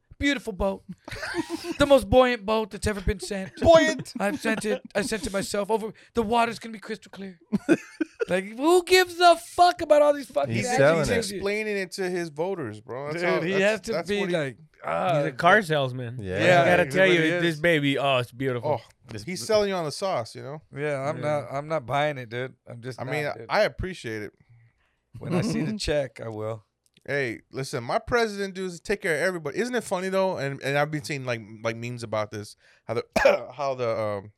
(laughs)
Beautiful boat. the most buoyant boat that's ever been sent.
Buoyant.
(laughs) I've sent it. I sent it myself. Over the water's gonna be
(laughs)
crystal clear. like who gives a fuck about all these fucking?
He's
He's,
actions?
selling
he's
it.
explaining it to his voters, bro. That's
Dude,
how-
he
that's-
has to
that's
be
what he-
like. ah,
He's a car salesman.
Yeah.
I gotta
uh, he
tell you,
really
this
is.
baby. Oh, it's beautiful.
oh, he's selling you on the sauce. You know,
Yeah, I'm not. I'm not buying it, dude. I'm just.
I
not,
mean,
dude.
I appreciate it.
when I see the check,
(laughs)
I will.
Hey, listen, my president dudes take care of everybody. Isn't it funny though? And and I've been seeing like like memes about this. How the (coughs) how the um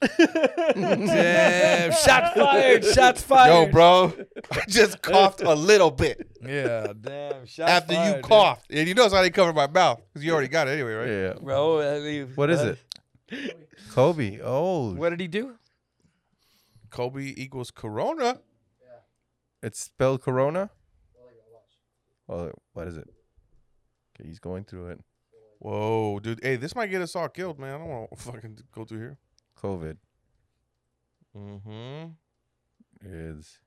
Damn! Shots fired! Shots fired!
yo,
(laughs)
bro, I just coughed a little bit
Yeah, damn! Shots
after
fired,
you
dude.
coughed, and you notice how they covered my mouth because you already got it anyway, right?
Yeah.
bro. I mean,
What is
uh,
it? Kobe. Oh,
What did he do?
Kobe equals Corona.
it's spelled Corona. Oh, what is it? Okay, he's going through it.
Whoa, dude. Hey, this might get us all killed, man. I don't want to (laughs) fucking go through here.
COVID
Mm-hmm.
is.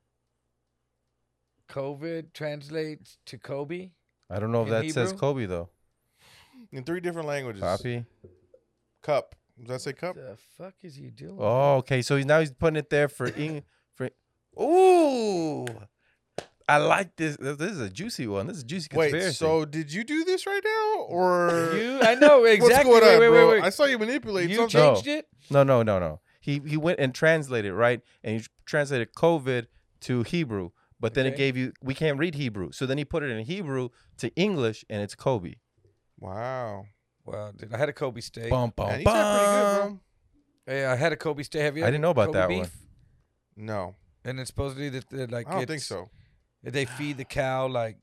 COVID translates to Kobe.
I don't know if
In
that says
Hebrew?
Kobe though.
In three different languages.
Copy.
Cup. Does that say cup?
The fuck is he doing?
Oh, okay. So he's now he's putting it there for Eng for. Ooh, I like this. Th- This is a juicy one. This is a juicy conspiracy.
Wait, so did you do this right now, or
(laughs) You, I know exactly.
what's going on,
wait, wait,
bro?
wait,
I
wait.
saw you manipulate
you
something.
changed it.
no, no, no, no. He he went and translated right, and he translated COVID to Hebrew. But then it
Okay.
gave you we can't read Hebrew, so then he put it in Hebrew to English, and it's Kobe.
Wow.
Wow, dude! I had a Kobe steak.
Bum bum
Man, you sound pretty good,
bum.
bro.
Yeah, I had a Kobe steak. Have you?
I
had
didn't know about
Kobe
that
beef?
one.
No,
And it's supposedly that that, like
I don't think
it's-
so.
They feed the cow like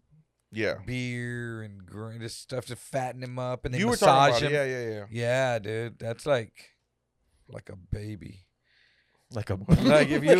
Yeah.
beer and gr- this stuff to fatten him up, and they
you were
massage
talking about
him.
it. Yeah, yeah, yeah.
Yeah, dude, that's like like a baby.
Like a
(laughs) Like if you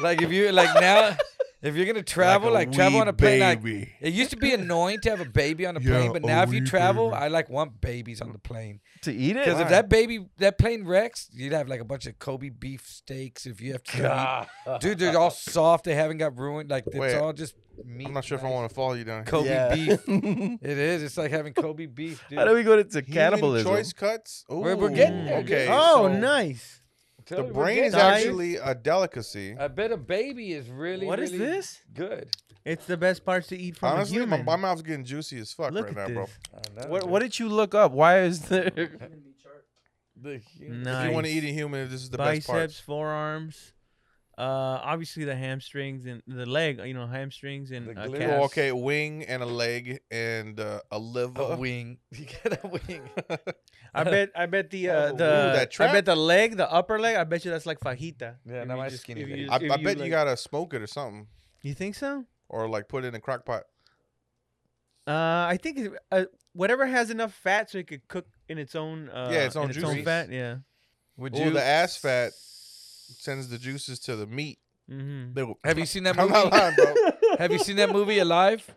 like if you like now if you're gonna travel, like, travel on a plane. Like, it used to be annoying to have a baby on a
Yeah,
plane, but
a
now if you
wee
travel,
baby.
I like want babies on the plane
to eat it.
because if
Why?
that baby that plane wrecks, you'd have like a bunch of Kobe beef steaks. If you have to, eat. dude, they're all soft. They haven't got ruined. Like it's
Wait,
all just meat.
I'm not sure if I want to follow you down.
Kobe
Yeah.
beef. It is. It's like having Kobe beef, dude.
How do we go to, to
Human
cannibalism?
Choice cuts. Ooh,
We're- we're getting there, dude.
Okay.
Oh,
so
nice.
Tell
The
me we're
brain is
getting there. Uh,
actually a delicacy.
I bet a baby is really. What
What is
is
this?
Good.
It's the best parts to eat from a
Honestly, my,
human.
my mouth's getting juicy as fuck
Look
right now,
at
bro.
this.
What, what did you look up? Why is there?
human meat chart.
The human. (laughs)
Nice.
If you want to eat a human, this is the
Biceps,
best part.
forearms. Uh, obviously the hamstrings and the leg. You know, hamstrings and
The
uh,
glute.
calves.
Oh, okay, wing and a leg and uh, a liver.
A wing. You get a wing.
I bet. I bet the
Oh, ooh,
uh, the.
that
I
trap.
bet the leg, the upper leg. I bet you that's like fajita.
Yeah,
If
now
you
my
just-
skinny
if
leg.
you
I,
just- if
I bet you
like-
gotta smoke it or something,
You think so?
or like put it in a crock pot.
Uh, I think it- uh, whatever has enough fat so it could cook in its own. Uh,
Yeah, its own
in its own
juice.
fat. Yeah.
Would
Well, the ass fat sends the juices to the meat.
Mm-hmm.
They will-
Have you seen that
(laughs) I'm
(laughs) movie?
not lying, bro.
Have you seen that movie Alive?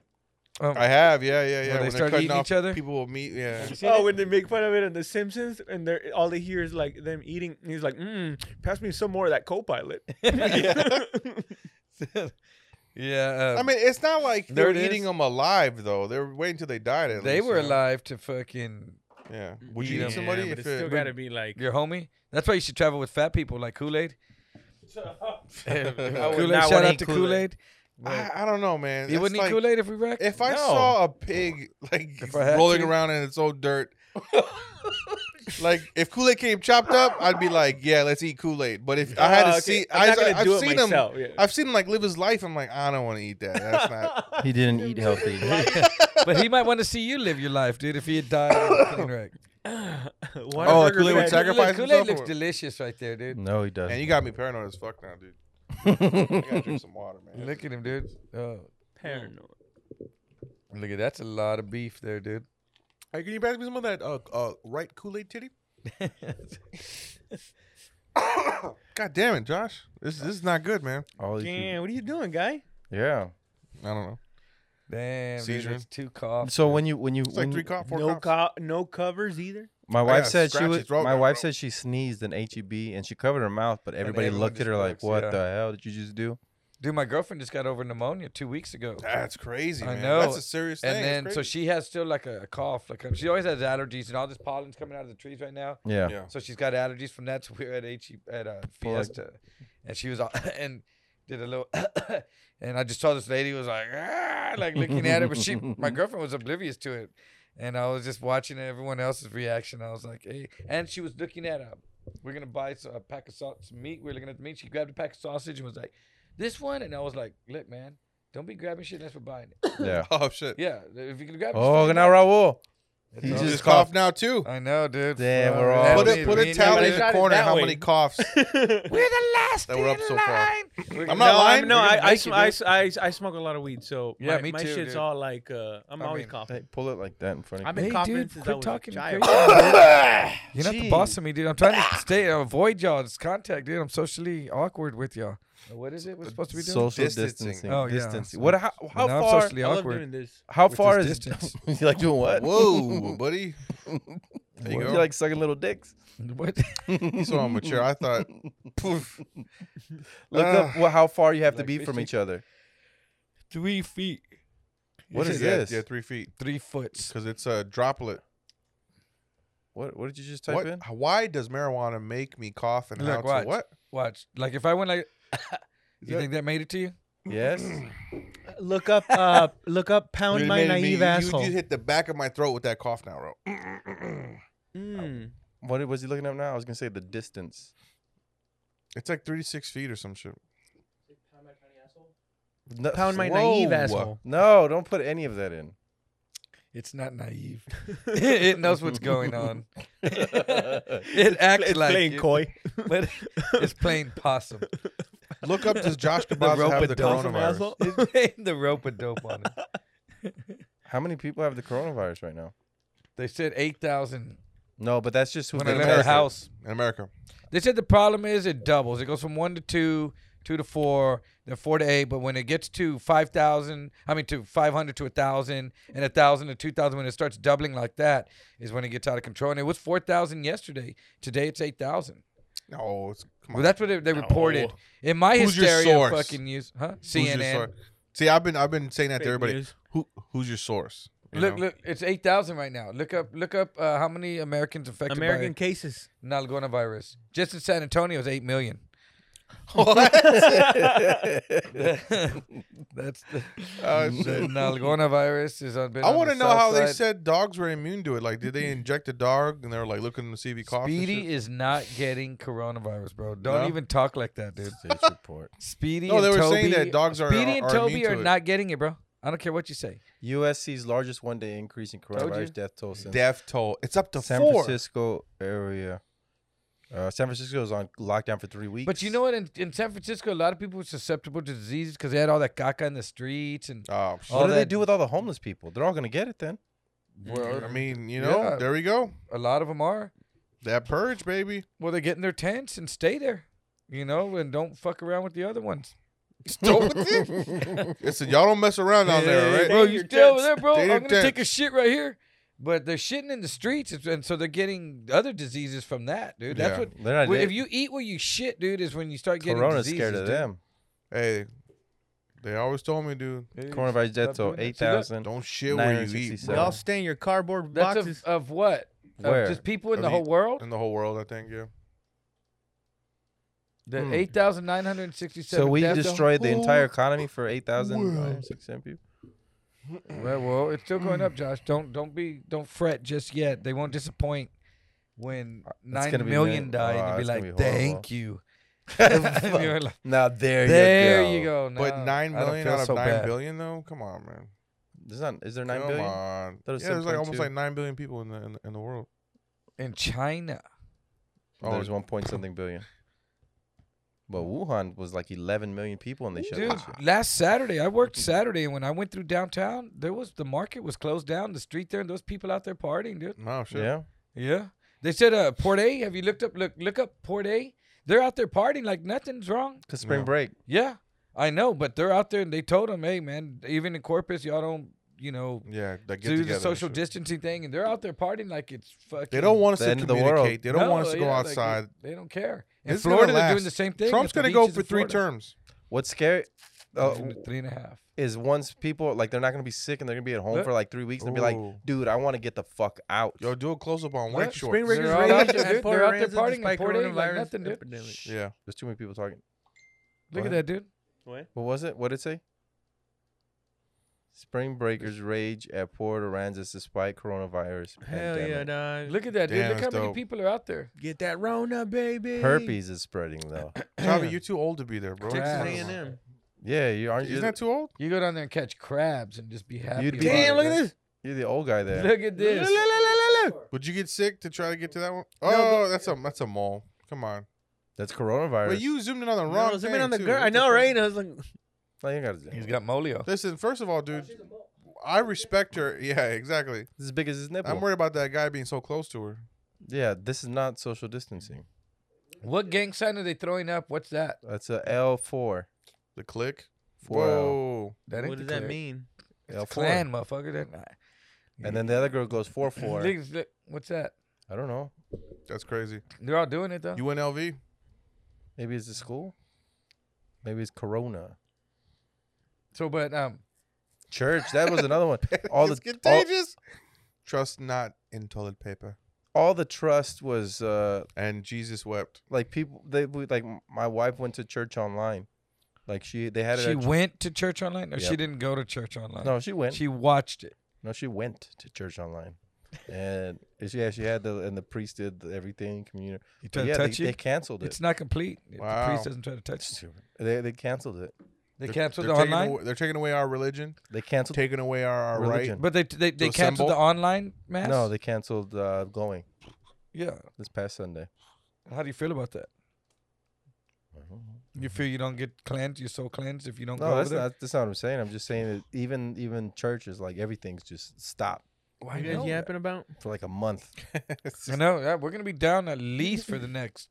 Oh,
(laughs) I have, yeah, yeah, yeah.
they
they're
start
cutting
eating
off
each other?
people will meet. Yeah,
Oh, when they make fun of it on The Simpsons, and they're all they hear is like them eating. And he's like, mm, "Pass me some more of that co-pilot." (laughs)
(laughs) yeah. um,
I mean, it's not like
there
they're
it
eating
is.
them alive though. They're waiting till they died. At
they
least,
were
you know?
alive to fucking
Yeah. Would you
Yeah,
eat somebody
but
if
it's still
it,
gotta be like.
your homie. That's why you should travel with fat people like Kool Aid.
I would
Kool Aid,
not
shout
wanna
out
eat
to
Kool-Aid.
Kool Aid.
I, I don't know, man.
You
It's
wouldn't eat
like-
Kool Aid if we wrecked.
If I
No.
saw a pig like
If I had
rolling
to.
around in its own dirt, like if Kool Aid came chopped up, I'd be like, "Yeah, let's eat Kool Aid." But if I had to
Uh,
Oh, okay.
see,
I'm
I,
not gonna
have
do it
seen him.
myself. yeah.
I've seen him like live his life. I'm like, I don't want to eat that. That's not.
(laughs)
(laughs)
He didn't eat (laughs) healthy.
(laughs) but he might want to see you live your life, dude. If he had died in a plane wreck.
Whataburger
Oh, like Kool-Aid
fed-
with (laughs) Sacrifice
Kool Aid
himself Mm.
looks
or-
delicious right there, dude.
no, he doesn't.
And you got me paranoid as fuck now, dude.
(laughs)
I gotta drink some water, man.
Look at him, dude. Oh,
Paranoid.
look at that's a lot of beef there, dude.
Hey, can you pass me some of that uh, uh, right Kool Aid titty? (coughs) God damn it, Josh. This this is not good, man.
All he
Damn, what are you doing, guy?
yeah.
I don't know.
Damn, dude,
Seizure.
it's two coughs.
So when you when you
It's
when
like three
you-
cop, four
no
cops.
co- no covers either.
my wife
got a
said she
scratchy
was
throat
my
right
wife
now.
said she sneezed in HEB and she covered her mouth, but everybody
everyone
looked at
just
her like,
looks,
"What
yeah.
the hell did you just do?"
Dude, my girlfriend just got over pneumonia two weeks ago.
That's crazy,
I
man.
know.
That's a serious thing.
and
It's
then so
crazy.
she has still like a, a cough. Like she always has allergies and all this pollen's coming out of the trees right now.
Yeah.
Yeah.
So she's got allergies from that. (laughs) So we were at H at uh,
Poor-
Fiesta, and she was all, (laughs) and did a little, (coughs) and I just saw this lady was like, "Ah," like looking at her, but she, my girlfriend was oblivious to it, and I was just watching everyone else's reaction. I was like, hey, and she was looking at uh We're gonna buy s- a pack of sau- some meat. We are looking at the meat. She grabbed a pack of sausage and was like, "This one," and I was like, "Look, man, don't be grabbing shit unless we're buying
(laughs)
it."
Yeah.
(laughs) Oh shit.
Yeah, if you can grab. it, just
Oh,
fucking
now
grab
Raul.
it.
he
You
That's all.
just,
just
cough now too.
I know, dude.
Damn,
Fuck,
we're
man.
all-
Put
Me-
a put
me
a
and
tally
you-
in the
shot it
corner
that
how
way.
many coughs.
We're the last
That we're up so far.
far.
I'm not
no,
lying.
I'm, no,
We're
I
gonna
I,
make
sm-
you,
I,
dude.
s- I s- I smoke a lot of weed, so
Yeah,
my,
me
my
too,
shit's
dude.
all like uh, I'm
I
always
mean,
coughing.
Hey, pull it like that in front
I've
of
been
you.
Hey,
coughing
dude,
since I
quit
was
talking
a child.
You're not the
Jeez.
boss of me, dude. I'm trying to stay avoid y'all's contact, dude. I'm socially awkward with y'all. What is it? We're supposed to be doing?
Social
Distancing.
distancing.
Oh, yeah.
Distancing. What? How, how
now I'm
far?
socially
I love
awkward.
doing this.
How
this
far is? (laughs)
distance.
you like doing what?
Whoa, buddy. There you
You
go.
like sucking little dicks?
What? (laughs)
He's so immature. I thought poof.
Look
Ah.
up well, how far you have to
Like
be from
fishing?
each other.
Three feet.
What
Yeah,
is
yeah,
this?
Yeah, three feet.
Three foots.
Because it's a droplet.
What? What did you just type
What? (clears throat)
in?
Why does marijuana make me cough and
Look,
how
watch.
to what?
Watch. Like if I went like you think that made it to you?
Yes.
Look up, uh, look up, pound
You
my
made me-
naive
you-
asshole.
You, hit the back of my throat with that cough now, bro.
Mm.
What was he looking up now? I was gonna say the distance.
It's like thirty six feet or some
(laughs)
shit.
Pound my tiny asshole.
No,
Pound my naive
whoa.
asshole.
No, don't put any of that in.
It's not naive. it knows what's going on. it
It's
acts
It's
like
playing
it,
coy.
but (laughs) it's plain possum.
Look up does Josh Cabaza have the
Pound my
coronavirus?
(laughs)
asshole.
It's playing the rope a dope on it.
How many people have the coronavirus right now?
They said eight thousand
No, but that's just who
when
they
I left her
tested.
house.
In America.
They said the problem is it doubles. It goes from one to two, two to four, then four to eight. But when it gets to five thousand, I mean to five hundred to a thousand, and a thousand to two thousand, when it starts doubling like that, is when it gets out of control. And it was four thousand yesterday. Today it's eight thousand.
No, it's come
Well,
on.
that's what they, they reported in my
Oh. Who's your
hysteria.
source?
Fucking news, huh?
Who's your
CNN.
source? See, I've been I've been saying that to
Fake
everybody.
news.
Who who's your source? You
Look,
know?
look, it's eight thousand right now. Look up, look up uh, how many Americans affected
American
by
cases.
novel coronavirus. Just in San Antonio is eight million.
(laughs)
That's the,
Oh,
the
shit.
Nalgona virus is on. been
I
on the
want to know
south
how they
side.
said dogs were immune to it. Like, did they inject a dog and they were like looking to see if he coughs? and
Speedy
shit?
is not getting coronavirus, bro. Don't
No?
even talk like that, dude.
States report.
Speedy.
No, they
and
were
Toby,
saying that dogs are-
Speedy and
are immune
Toby
to
are
it.
not getting it, bro. I don't care what you say.
USC's largest one-day increase in
you.
coronavirus death toll since
death toll. It's up to
San
four.
Francisco area. Uh, San Francisco is on lockdown for three weeks.
But you know what? In, in San Francisco, a lot of people were susceptible to diseases because they had all that caca in the streets and
Oh, shit.
all
what do they
that-
do with all the homeless people? They're all gonna get it
(laughs)
then.
I mean, you know,
Yeah.
there we go.
a lot of them are.
That purge, baby.
(laughs) Well, they get in their tents and stay there, you know, and don't fuck around with the other ones.
Stole
(laughs)
it? I said, y'all don't mess around down there, right?
Bro,
Stay in
you
your
stay over
tents.
there, bro.
Stay in
I'm
your
gonna take a shit right here. But they're shitting in the streets, it's- and so they're getting other diseases from that, dude. That's
Yeah.
what.
They're not
Well,
dead.
if you eat where you shit, dude, is when you start getting
Corona's
diseases,
scared of
dude.
them.
Hey, they always told me, dude,
Dude,
Coronavirus
stop
deaths are
doing that.
eight
See, look,
thousand.
don't shit where you eat
967.
bro.
Y'all stay in your cardboard
That's
boxes.
of, of what?
Where?
Of just people in
Of Hmm.
the whole
you-
world.
in the whole world. I think, yeah.
The
Hmm.
eight thousand nine hundred sixty-seven.
So we destroyed the entire economy for eight thousand six hundred people.
Well, well, it's still going up, Josh. Don't don't be don't fret just yet. They won't disappoint when nine
gonna be
million
mil-
die and
oh,
you'll be
it's gonna
like,
be horrible.
"Thank you." (laughs) And you're like,
Now there,
there
you go.
you go.
But
No,
nine
I don't
million
feel
out of
so
nine billion,
bad.
though. Come on, man.
There's not. Is there nine
Come
billion?
on.
Thought it was
yeah, there's like almost
7.2.
like nine billion people in the in, the- in the world.
in China.
Oh,
There's one point something billion. But Wuhan was like 11 million people, and they shut
Dude,
that shit.
last Saturday I worked Saturday, and when I went through downtown, there was the market was closed down, the street there, and those people out there partying, dude.
No shit.
Yeah,
Yeah, they said, "Uh, Port A, have you looked up? Look, look up Port A. They're out there partying like nothing's wrong."
cause spring
No.
break.
Yeah, I know, but they're out there and they told them, hey, man, even in Corpus, y'all don't, you know,
Yeah. That get
do
together
the
and
social
shit.
distancing thing, and they're out there partying like it's fucking.
They don't want us
The
to
end of the
communicate.
world.
They don't want
No,
us to go
yeah, like,
outside.
they don't care. In
It's gonna
Florida, they're doing
last.
the same thing.
Trump's
at the
gonna go
beaches
for
in
three
Florida.
terms.
What's scary uh,
three and a half.
is once people like they're not gonna be sick and they're gonna be at home
Look.
for like three weeks and be like,
Ooh.
dude, I want to get the fuck out.
Yo, do a close up on
What?
Wake Shorts.
Spring break is
They're all out there, dude.
raging.
They're out there partying in Port Angeles like nothing, dude. (clears throat)
Yeah.
There's too many people talking.
Look
What?
at that, dude.
What?
What was it? What did it say? Spring breakers rage at Port Aransas despite coronavirus
Hell yeah,
pandemic.
dog.
Look at that, dude.
Damn,
Look how
that's
many
dope.
people are out there.
Get that Rona, baby.
Herpes is spreading though.
Javi, you're too old to be there, bro.
Texas
Come on.
A&M.
yeah, you aren't you.
Isn't that too old?
You go down there and catch crabs and just be happy.
You'd be-
about
Damn,
it,
look
dude.
at You're the old guy there.
(laughs) Look at this.
Would you get sick to try to get to that one? Oh, that's a that's a mole. Come on.
That's coronavirus.
But you zoomed in on the wrong.
No, zoom in
thing,
on the
too.
girl.
What
I know,
the fuck?
right? And I was like,
Like, Oh, you gotta do.
He's got molio.
Listen, first of all, dude, I respect her. Yeah, exactly.
It's as big as his nipple.
I'm worried about that guy being so close to her.
yeah, this is not social distancing.
What gang sign are they throwing up? What's that?
That's a L four.
The click.
Four L.
Whoa.
That ain't
what
the
does that
clan.
mean?
It's
L
a
four.
clan, motherfucker. That
And then the other girl goes four
(laughs)
four.
Look, look, what's that?
I don't know.
That's crazy.
They're all doing it though.
UNLV.
Maybe it's the school. Maybe it's Corona.
so, but um,
Church. That was another one. All the
(laughs) It's
all,
contagious. Trust not in toilet paper.
all the trust was uh
And Jesus wept.
like people they would- like my wife went to church online. Like she they had it.
she
at ch-
went to church online, or she
Yep.
didn't go to church online.
no, she went.
she watched it.
No, she went to church online, and and she yeah, she had the and the priest did the everything communion.
You try
But Yeah,
to touch
they, they
it.
canceled it.
It's not complete. If The
Wow.
priest doesn't try to touch it.
Stupid. They they canceled it.
They
They're-
canceled the
they're taking
online,
Away, they're taking away our religion.
They canceled.
Taking away our, our right.
Religion.
but they they, they
To
canceled the
assemble?
online mass.
No, they canceled uh, going
yeah.
this past Sunday.
How do you feel about that? You feel you don't get cleansed. You're so cleansed if you don't go
No,
over
that's
there.
not that's not what I'm saying. I'm just saying that even even churches like everything's just stopped
Why
You guys
not?
yapping about?
for like a month,
It's
I
just-
know. Yeah, we're gonna be down at least for the next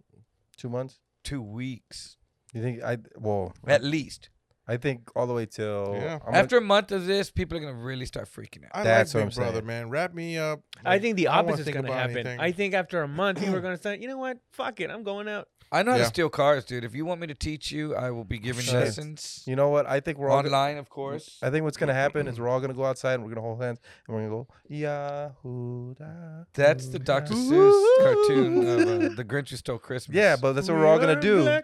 two months.
two weeks,
You think I well
at least.
I think all the way till
Yeah.
I'm
After a month of this, people are gonna really start freaking out.
I
That's
like Big
what I'm saying.
Brother, man. Wrap me up.
I think the
I don't wanna
opposite's
think
gonna
about
happen.
anything.
I think after a month, people are gonna say, you know what? Fuck it, I'm going out.
I know how to
Yeah.
steal cars, dude. If you want me to teach you, I will be giving
Shit.
lessons
you know what I think we're all gonna,
online, of course.
I think what's gonna happen is we're all gonna go outside and we're gonna hold hands and we're gonna go Yahoo. da,
That's the
hoo,
Dr.
da."
Seuss cartoon of uh, The Grinch Who Stole Christmas.
Yeah, but that's what we're all gonna do.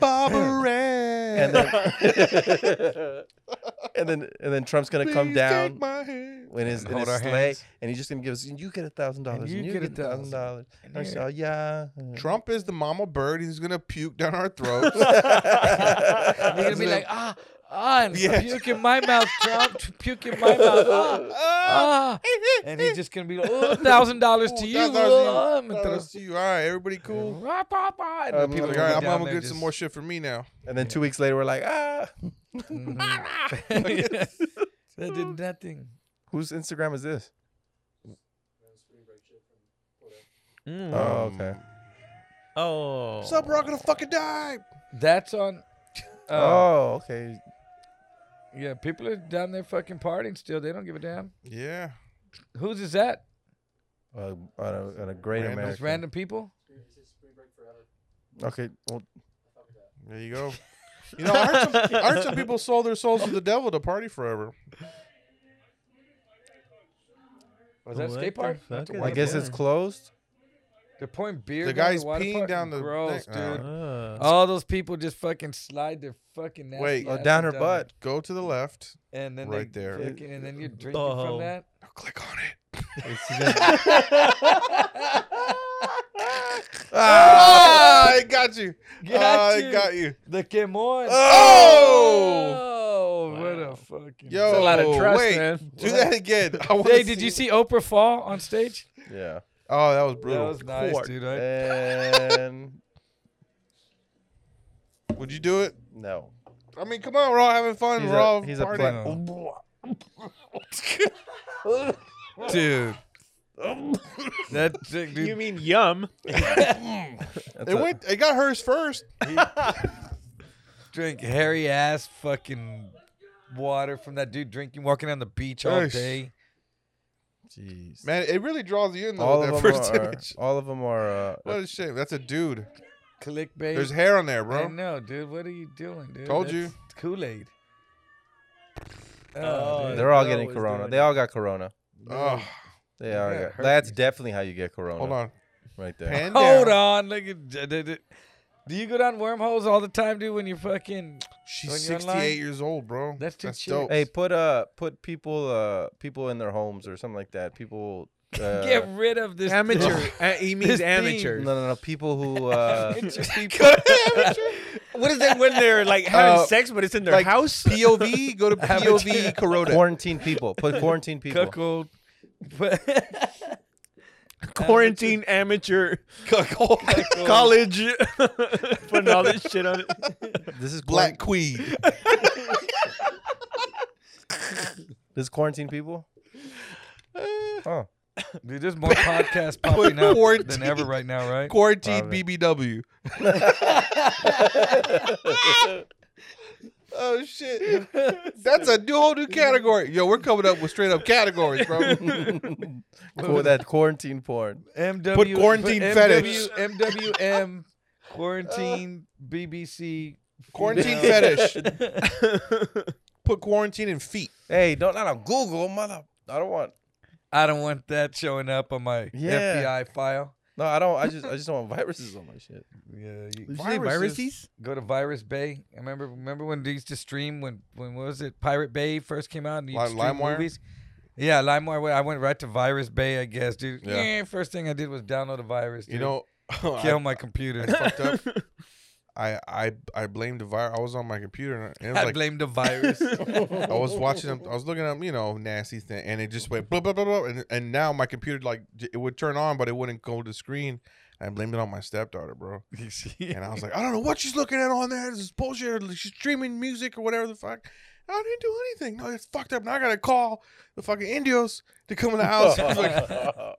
Barbara.
(laughs) (laughs) and then (laughs) and then and then Trump's gonna come down in his,
And
in
hold
his
our
sleigh,
hands.
and he's just gonna give us. You get a thousand dollars.
you
and You get a thousand dollars. And I
(laughs)
saw, yeah.
Trump is the mama bird. He's gonna puke down our throats.
(laughs)
And you're
You're
gonna be like, ah, ah, and
Yeah.
puke in my mouth, Trump, puke in my mouth, ah, ah. And he's just gonna be like, oh, thousand dollars to
Ooh, that-
you.
that's
ah,
you.
and
That-
throw-
that's you. All right, everybody cool.
Rah, bah, bah, And
I'm
then people
Like, all
like,
are
right,
gonna
I'm
be
I'm
down
gonna
there
get some more shit for me now.
and then two weeks later, we're like, ah,
just- Mhm. "Mm, (laughs) That did nothing.
whose Instagram is this?
Mm.
Oh, okay.
oh,
What's up? We're all gonna fucking die.
That's on. Uh,
oh, okay.
Yeah, people are down there fucking partying still. They don't give a damn.
Yeah.
Whose is that?
Uh, on, a, on a great
Random-
American.
Just random people?
It's just spring break forever.
Okay. Well,
There you
(laughs)
go. You know, I heard, some, I heard some people sold their souls to the devil to party forever.
Was that a skate park? That's a
I
water
guess
park.
it's closed.
They're pouring beer.
The
down
guy's
water
peeing
park?
down the
Gross,
thing. Oh.
dude.
Uh,
All those people just fucking slide their fucking nasty
Wait. Oh,
Oh,
asses
down her
there.
butt.
Go to the left.
and then
Right
they
there.
fucking- and then you're drinking from
Oh.
(laughs)
that. (laughs)
Now click on it. (laughs) Ah, I got you. Ah,
Oh! (laughs) Got
I
you.
got you.
The Kim on.
Oh!
Oh, what a fucking.
Yo,
It's a lot of trust,
wait.
man.
Do that
(laughs)
again. I wanna
Hey, did
see-
you see Oprah fall on stage?
Yeah.
Oh, that was
That
brutal.
was nice,
Court.
dude. I-
And
Would you do it?
no.
I mean, come on, we're all having fun.
He's
we're
a-
all
he's a
partying.
dude. that chick, dude.
you mean yum?
That's
it
a-
went. It got hers first.
drink hairy ass fucking water from that dude drinking, walking on the beach all
Nice.
day.
Jeez.
Man, it really draws you in though.
all
with that
of them
first
are.
image. (laughs)
All of them are. Uh,
What a shame. That's a dude.
Clickbait.
There's hair on there,
I
bro.
know, dude. What are you doing, dude?
Told you.
Kool Aid.
Oh,
dude.
they're all
They're
getting
always
corona.
doing
They
it.
all got corona.
Ugh.
They
You
all
got
got. That's
herpes.
definitely how you get corona.
hold on.
Right there.
Pan
Hold
down.
on. Look at. d- d- d- Do you go down wormholes all the time, dude? When you're fucking
She's
When you're
68
online?
years old, bro.
That's too chill.
dope.
Hey, put uh, put people uh, people in their homes or something like
(laughs)
that. People. Uh,
get rid of this
Amateur. uh, (laughs) he
This
means
thing.
amateur.
No, no, no. People
(laughs)
who. Uh,
Amateur
(laughs)
people.
What is that when they're like having
Uh,
sex, but it's in their
like (laughs)
house?
POV, go to
(laughs)
POV (laughs) Corona.
quarantine people. Put quarantine people.
(laughs) cuckold.
Quarantine amateur,
(laughs)
college, (laughs) putting all this shit on it.
This is
Black
black. (laughs)
Queen.
this is
(laughs)
quarantine people. Oh,
Dude, there's more podcasts popping up than ever right now, right?
Quarantine
Love it.
BBW. oh shit.
(laughs)
That's a new whole new category. Yo, we're coming up with straight up categories,
(laughs)
bro.
for that quarantine porn.
MW
quarantine fetish.
MW, MWM quarantine BBC (laughs)
Quarantine
female.
(laughs)
fetish. Put quarantine in feet.
Hey, don't not on Google, mother. I don't want.
I don't want that showing up on my
Yeah.
FBI file.
No, I don't. I just, I just don't want (laughs) viruses on my shit.
Yeah, you
Did you say viruses?
go to Virus Bay. I remember remember when they used to stream when when what was it Pirate Bay first came out and you
Li-
stream
LimeWire?
movies. Yeah, LimeWire. well, I went right to Virus Bay, I guess, dude.
Yeah.
Yeah. first thing I did was download a virus.
You
dude.
know, (laughs)
kill
I,
my computer.
I fucked
(laughs)
up. I I I blamed the virus. I was on my computer and it was
I
like
blame
(laughs)
the virus.
I was watching them.
(laughs)
I was looking at 'em, you know, nasty thing, and it just went blah blah blah blah. And, and now my computer like j- it would turn on, but it wouldn't go to the screen. I blamed it on my stepdaughter,
(laughs)
bro. And I was like, I don't know what she's looking at on there. This is bullshit. Or she's streaming music or whatever the fuck. I didn't do anything. No, it's fucked up. Now I gotta call the fucking Indios to come in the house (laughs) like,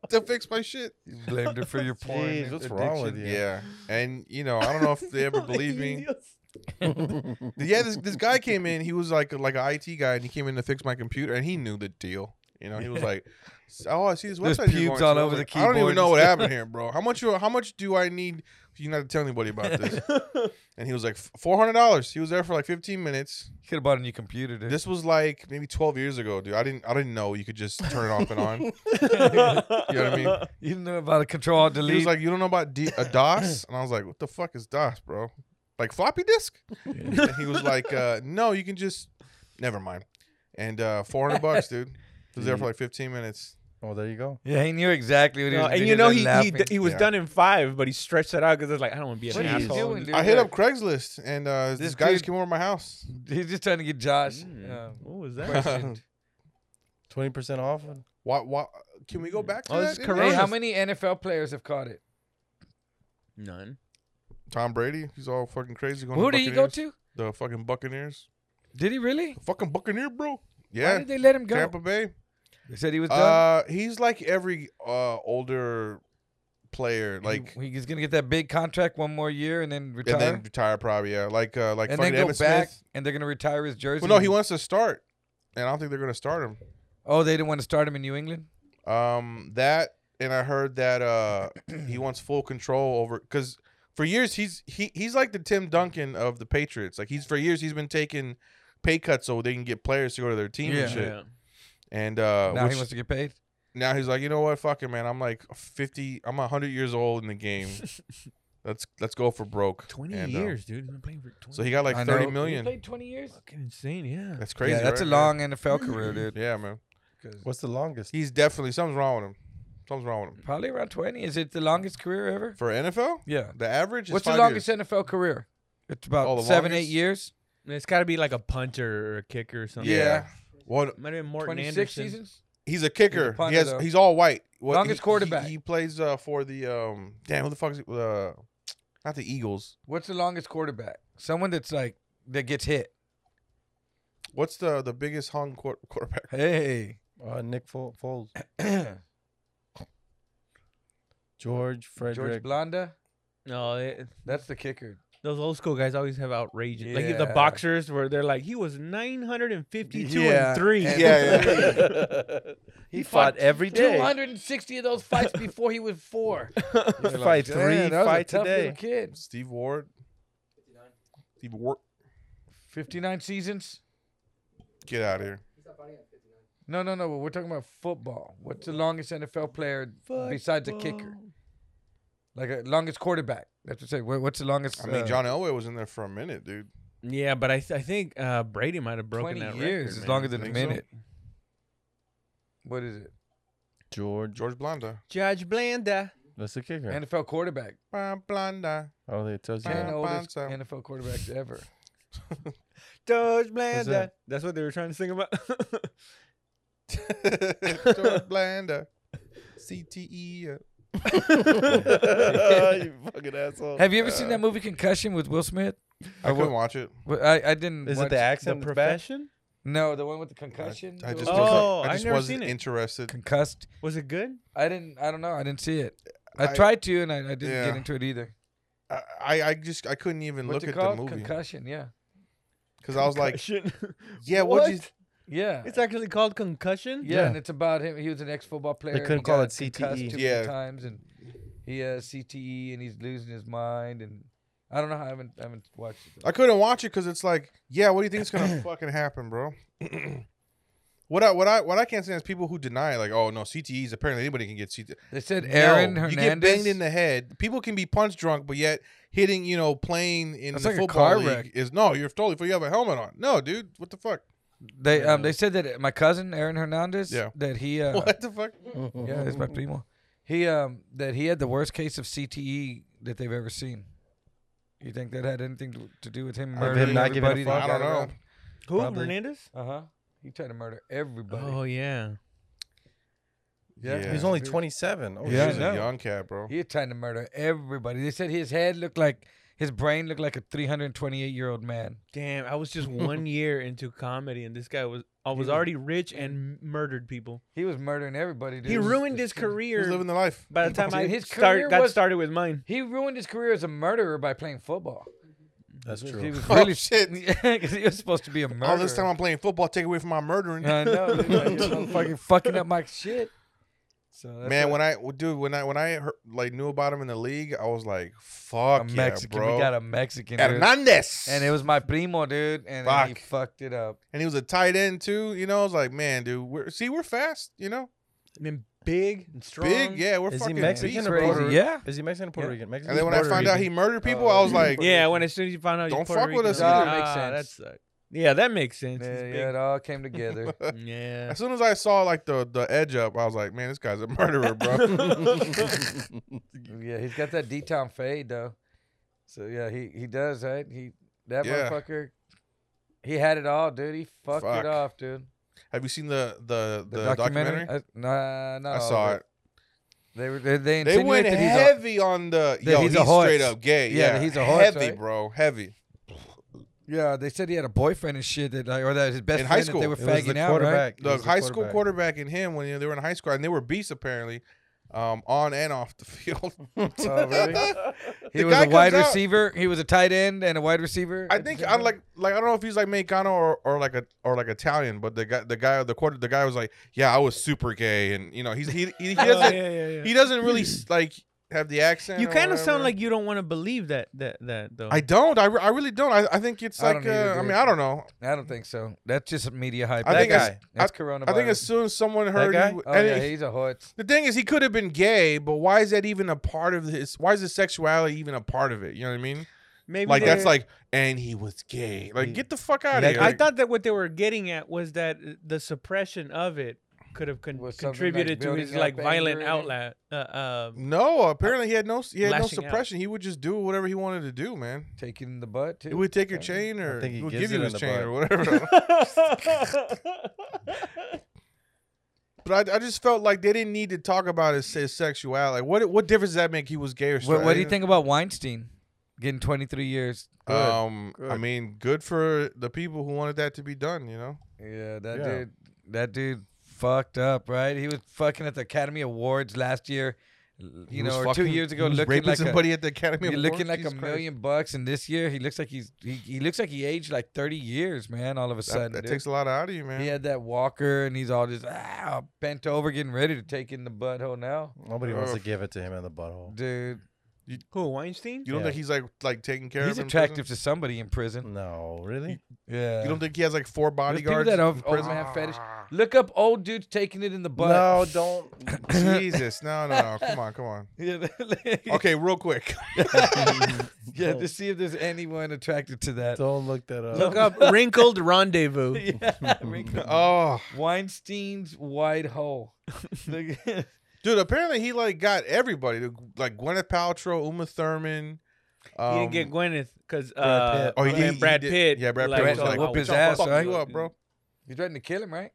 to fix my shit.
you blamed her for your porn.
Jeez, what's wrong with
addiction.
you?
Yeah. And you know, I don't know if they ever believe
(laughs)
me. (laughs) Yeah, this, this guy came in. He was like like an IT guy, and he came in to fix my computer, and he knew the deal. You know, he
(laughs)
was like, "Oh, I see this
There's
website. you're going
pubes
to."
all
I was
over the
like, I don't even
keyboard
know
and
what
stuff. (laughs)
happened here, bro. How much? you- How much do I need? for You not to tell anybody about this."
(laughs)
and he was like, four hundred dollars." He was there for like fifteen minutes.
You could have bought a new computer, dude.
This was like maybe twelve years ago, dude. I didn't. I didn't know you could just turn it off and on. you
(laughs)
know what I
(laughs)
mean?
you didn't know about a control alt,
He
delete.
was like, "You don't know about D- a
(laughs)
DOS," and I was like, "What the fuck is DOS, bro? Like floppy disk?" And he was like, uh, "No, you can just never mind." And uh, four hundred bucks, dude. He was there for like fifteen minutes.
Well, Oh, there you go.
yeah, he knew exactly what he
No,
was doing.
and you know he he,
laughing.
d- he was
Yeah.
done in five, but he stretched that out because it's like I don't want to be an
What are you
asshole.
doing, dude?
I hit
Like,
up Craigslist, and uh, this,
This
guy just
dude-
came over to my house.
He's just trying to get Josh.
(laughs)
Mm,
um,
what was that?
questioned.
Twenty percent off.
Why? Why? Can we go back to
Oh,
that?
this is
Ignorance?
hey, how
Corona's-
many NFL players have caught it?
None.
Tom Brady, he's all fucking crazy. Going
Who
to
did he go
Buccaneers.
to?
The fucking Buccaneers.
Did he really?
The fucking Buccaneer, bro.
Why
Yeah, Uh,
did they let him go?
Tampa Bay.
They said he was done.
Uh, he's like every uh, older player, like,
he, he's gonna get that big contract one more year and then retire,
and then retire probably. Yeah, like uh, like
and
fucking
then go
Evan
back,
Smith.
and they're gonna retire his jersey.
Well, no, he
and-
wants to start, and I don't think they're gonna start him.
Oh, they didn't want to start him in New England.
Um, that and I heard that
(clears throat)
uh he wants full control over because for years he's he he's like the Tim Duncan of the Patriots. Like he's for years he's been taking pay cuts so they can get players to go to their team
Yeah.
and shit. And uh,
now
which-
he wants to get paid.
now he's like, you know what, fuck it, man. I'm like 50. I'm 100 years old in the
(laughs)
game. let's let's go for broke.
(laughs) Twenty
And, uh,
years, dude. He's been playing for twenty.
so he got like
I know.
30
He
million.
played 20 years.
fucking insane. Yeah.
That's crazy.
yeah, that's
right?
a long NFL career, dude.
Yeah, man.
What's the longest?
He's definitely something's wrong with him. Something's wrong with him.
Probably around 20. Is it the longest career ever?
For NFL,
Yeah.
the average is
What's the
five
longest
years.
NFL career? It's
Oh,
about
the
seven,
longest?
eight years.
It's got to be like a punter or a kicker or something.
Yeah. What?
Might have been Morton
26
Anderson.
seasons.
He's a kicker.
punter,
he has.
though.
He's all white. What, he-
Longest
he-
quarterback.
He, plays uh, for the um. Damn, who the fuck is he? Uh, not the Eagles.
What's the longest quarterback? Someone that's like that gets hit.
What's the the biggest hung quar- quarterback? (laughs)
Hey.
(clears throat)
Uh, Nick Fo- Foles,
George
George Frederick.
Blanda.
No, they,
That's the kicker.
those old school guys always have outrageous. Like the
Yeah.
boxers, where they're like, he was 952
Yeah,
and three.
and-
Yeah,
he, fought, every day.
260 of those fights before he was four.
(laughs) He fight three, fight today.
Kid.
Steve Ward. Steve Ward.
59 seasons.
Get out of here.
No, no, no. But we're talking about football. What's the longest NFL player besides a kicker? Like a longest quarterback. That's what I say. What- What's the longest?
I mean,
uh,
John Elway was in there for a minute, dude.
Yeah, but I, th- I think uh, Brady might have broken
20
that
years
record.
is
man.
longer than a
Think so?
minute. What is it?
George.
George
(laughs)
Blanda.
Judge Blanda.
That's the kicker.
NFL quarterback.
Bam, Blanda.
oh, they tells you.
Ten
Yeah.
oldest
Bonzo.
NFL quarterbacks ever.
Judge
that?
Blanda. That's what they were trying to sing about. (laughs)
George Blanda. CTE.
(laughs) you fucking asshole.
Have you ever
Uh,
seen that movie Concussion with Will Smith?
I couldn't watch it.
Well, I, I didn't.
Is
watch-
it the accent? in back?
profession?
No, the one with the concussion.
I
the
just
one-
Oh,
wasn't, I
I've
just
never
wasn't
seen it.
interested.
concussed.
Was it good?
I didn't. I don't know. I didn't see it. I,
I-
tried to, and I, I didn't
Yeah.
get into it either.
I, I, I just I couldn't even
What's
look
it
at the
called?
movie
Concussion. Yeah.
because I was like,
Concussion. (laughs)
yeah, what? would you?
What?
Yeah.
(laughs) it's actually called concussion.
Yeah,
Yeah.
and it's about him. He was an ex-football player. and
couldn't
he
call
got
it
E.
CTE.
concussed Too
Yeah.
many times, and he has CTE, and he's losing his mind, and I don't know. I haven't, I haven't watched it.
I couldn't watch it because it's like, yeah, what do you think is
(coughs)
gonna fucking happen, bro? (clears throat) what I what I what I can't stand is people who deny like, oh no, CTEs. Apparently anybody can get CTE.
They said Aaron
No,
Hernandez.
You get banged in the head. People can be punch drunk, but yet hitting, you know, playing in
That's
the
like a
football
car
league
wreck.
is no. You're totally. You have a helmet on. No, dude. What the fuck?
They um they said that my cousin Aaron Hernandez.
Yeah.
That he. Uh,
(laughs) what the fuck?
Yeah, it's my primo. He um that he had the worst case of CTE that they've ever seen. You think that had anything to, to do with him
Of him
murdering
not giving a
everybody?
fuck?
I don't know.
Who?
Probably.
Hernandez?
Uh huh. He tried to murder everybody.
Oh yeah.
Yeah,
He's only 27. Oh,
Yeah, I
He's
shit.
know.
a young cat, bro.
He tried to murder everybody. They said his head looked like his brain looked like a 328 year old man.
Damn, I was just one year into comedy, and this guy was I was
was-
already rich and murdered people.
He was murdering everybody. Dude.
He ruined his
He's
career.
living the life.
by the time I
His career
start, got
was-
started with mine.
He ruined his career as a murderer by playing football.
That's
He
true.
was
Oh,
really
shit.
(laughs) because he was supposed to be a murderer.
All this time I'm playing football, take away from my murdering.
I know, dude, like, you know, fucking fucking up my shit. So that's
Man,
what-
when I well, dude, when I when I heard, like knew about him in the league, I was like, "Fuck
a
yeah,
Mexican,
bro!"
we got a Mexican, dude.
Hernandez,
and it was my primo, dude, and he
Fuck.
fucked it up.
and he was a tight end too. You know, I was like, "Man, dude, we're see, we're fast. You know,
And then big and strong.
big, yeah, we're
Is he
fucking
Mexican
beasts,
or
bro."
Puerto-
Yeah,
Is he Mexican or Puerto
Yeah.
Rican? Mexican.
And then when I
Puerto
find out he
Rican.
murdered people,
Oh,
I was like,
Yeah, when as soon as you found out,
Don't
he's Puerto
fuck with
Rican,
us
I was
either.
like,
Makes
"Ah, that
sense.
sucks." Yeah, that makes sense.
yeah,
It's
yeah, it
(laughs)
all came together.
big. (laughs) Yeah.
As soon as I saw like the the edge up, I was like, "Man, this guy's a (laughs) murderer,
(laughs)
bro."
yeah, he's got that D town fade though. So yeah, he he does right. He that
Yeah.
motherfucker. He had it all, dude. He fucked
Fuck.
it off, dude.
Have you seen the the the, documentary?
I, Oh, nah, no.
I saw it.
They were they, they,
They went
that he's a-
heavy on the
that
yo.
he's
He's,
a horse.
straight up gay.
Yeah,
Yeah,
that he's a horse,
Heavy,
right?
bro. Heavy.
yeah, they said he had a boyfriend and shit that like, or that his best
In high
friend
school.
that they were
It was the
fagging out, right?
quarterback. It
The
was
high school
quarterback.
quarterback and him when you know, they were in high school and they were beasts apparently. um, on and off the field.
(laughs)
(laughs)
Oh, really? He
The
was
guy
a
comes
wide
out-
receiver. He was a tight end and a wide receiver.
I
at the
think
same
I
time.
like like I don't know if he's like Mexicano or, or like a or like Italian, but the guy the guy the quarter the guy was like, yeah, I was super gay, and you know he's he he, he
(laughs) Oh,
doesn't
yeah, yeah, yeah.
he doesn't really s- like have the accent.
You
or
kind of sound
whatever.
like you don't want to believe that that that though.
I don't. I, re- I really don't. I, I think it's
I
like.
don't either,
uh, I
dude.
mean, I don't know.
I don't think so. That's just media hype.
I
That
think it's-
guy.
That's coronavirus.
I think as soon as someone heard, He,
guy?
w-
Oh,
and
yeah,
he-
he's a hot.
the thing is, he could have been gay, but why is that even a part of his? Why is his sexuality even a part of it? You know what I mean?
Maybe
like that's
they're-
like, and he was gay. Like,
He-
get the fuck out of
Like,
here!
I thought that what they were getting at was that uh, the suppression of it could have con-
Was something like
contributed to
building
his
up
like
anger
violent
in it?
outlet. Uh, um,
no, apparently he had no he had no
Lashing out.
suppression. He would just do whatever he wanted to do, man.
Taking in the butt too.
He would take your
Okay.
chain, or
think
he,
he
would
gives
give you
it in
his
the
chain,
butt.
or
(laughs)
whatever.
uh, um,
(laughs)
but I, I just felt like they didn't need to talk about his, his sexuality. Like, what what difference does that make? He was gay or straight?
What, what do you think about Weinstein getting 23 years?
Um, I
Good.
mean, good for the people who wanted that to be done. You know,
Yeah, that
Yeah.
dude. That dude fucked up, right? He was fucking at the Academy Awards last year. You
He was
know, or two
fucking-
years ago,
he was
looking
raping
like a,
somebody at the Academy.
you're
Awards?
looking like
Jesus
a
Christ.
million bucks, and this year he looks like he's he, he looks like he aged like 30 years, man. All of a
That-
sudden,
That,
dude.
takes a lot out of you, man.
He had that walker, and he's all just ah, bent over, getting ready to take in the butthole now,
Nobody wants to
Ugh.
give it to him in the (laughs) butthole.
dude.
Who Weinstein?
You don't
Yeah.
think he's like like taking care
He's
of him in prison? Mm.
attractive to somebody in prison.
No, really?
Yeah.
You don't think he has like four
There's people
bodyguards? in
that have old
prison? (laughs)
man fetish. Look up old dudes taking it in the butt.
No, don't.
Jesus, no, no, no! Come on, come on.
(laughs) Yeah,
(laughs) Okay, real (laughs) quick.
yeah, to see if there's anyone attracted to
(laughs)
that.
Don't look that up.
Look up wrinkled (laughs) rendezvous.
yeah, wrinkle-
Oh,
Weinstein's wide hole. Look-
dude! Apparently he like got everybody, dude. like Gwyneth Paltrow, Uma Thurman. Um,
he didn't get Gwyneth because uh,
Brad Pitt.
Oh, he
and
did- he
Brad
did-
Pitt.
yeah, Brad
Pitt
was
was like,
"Oh,
whoop his
I'll
ass,
fuck
right?
you up, bro.
you threatened to kill him, right?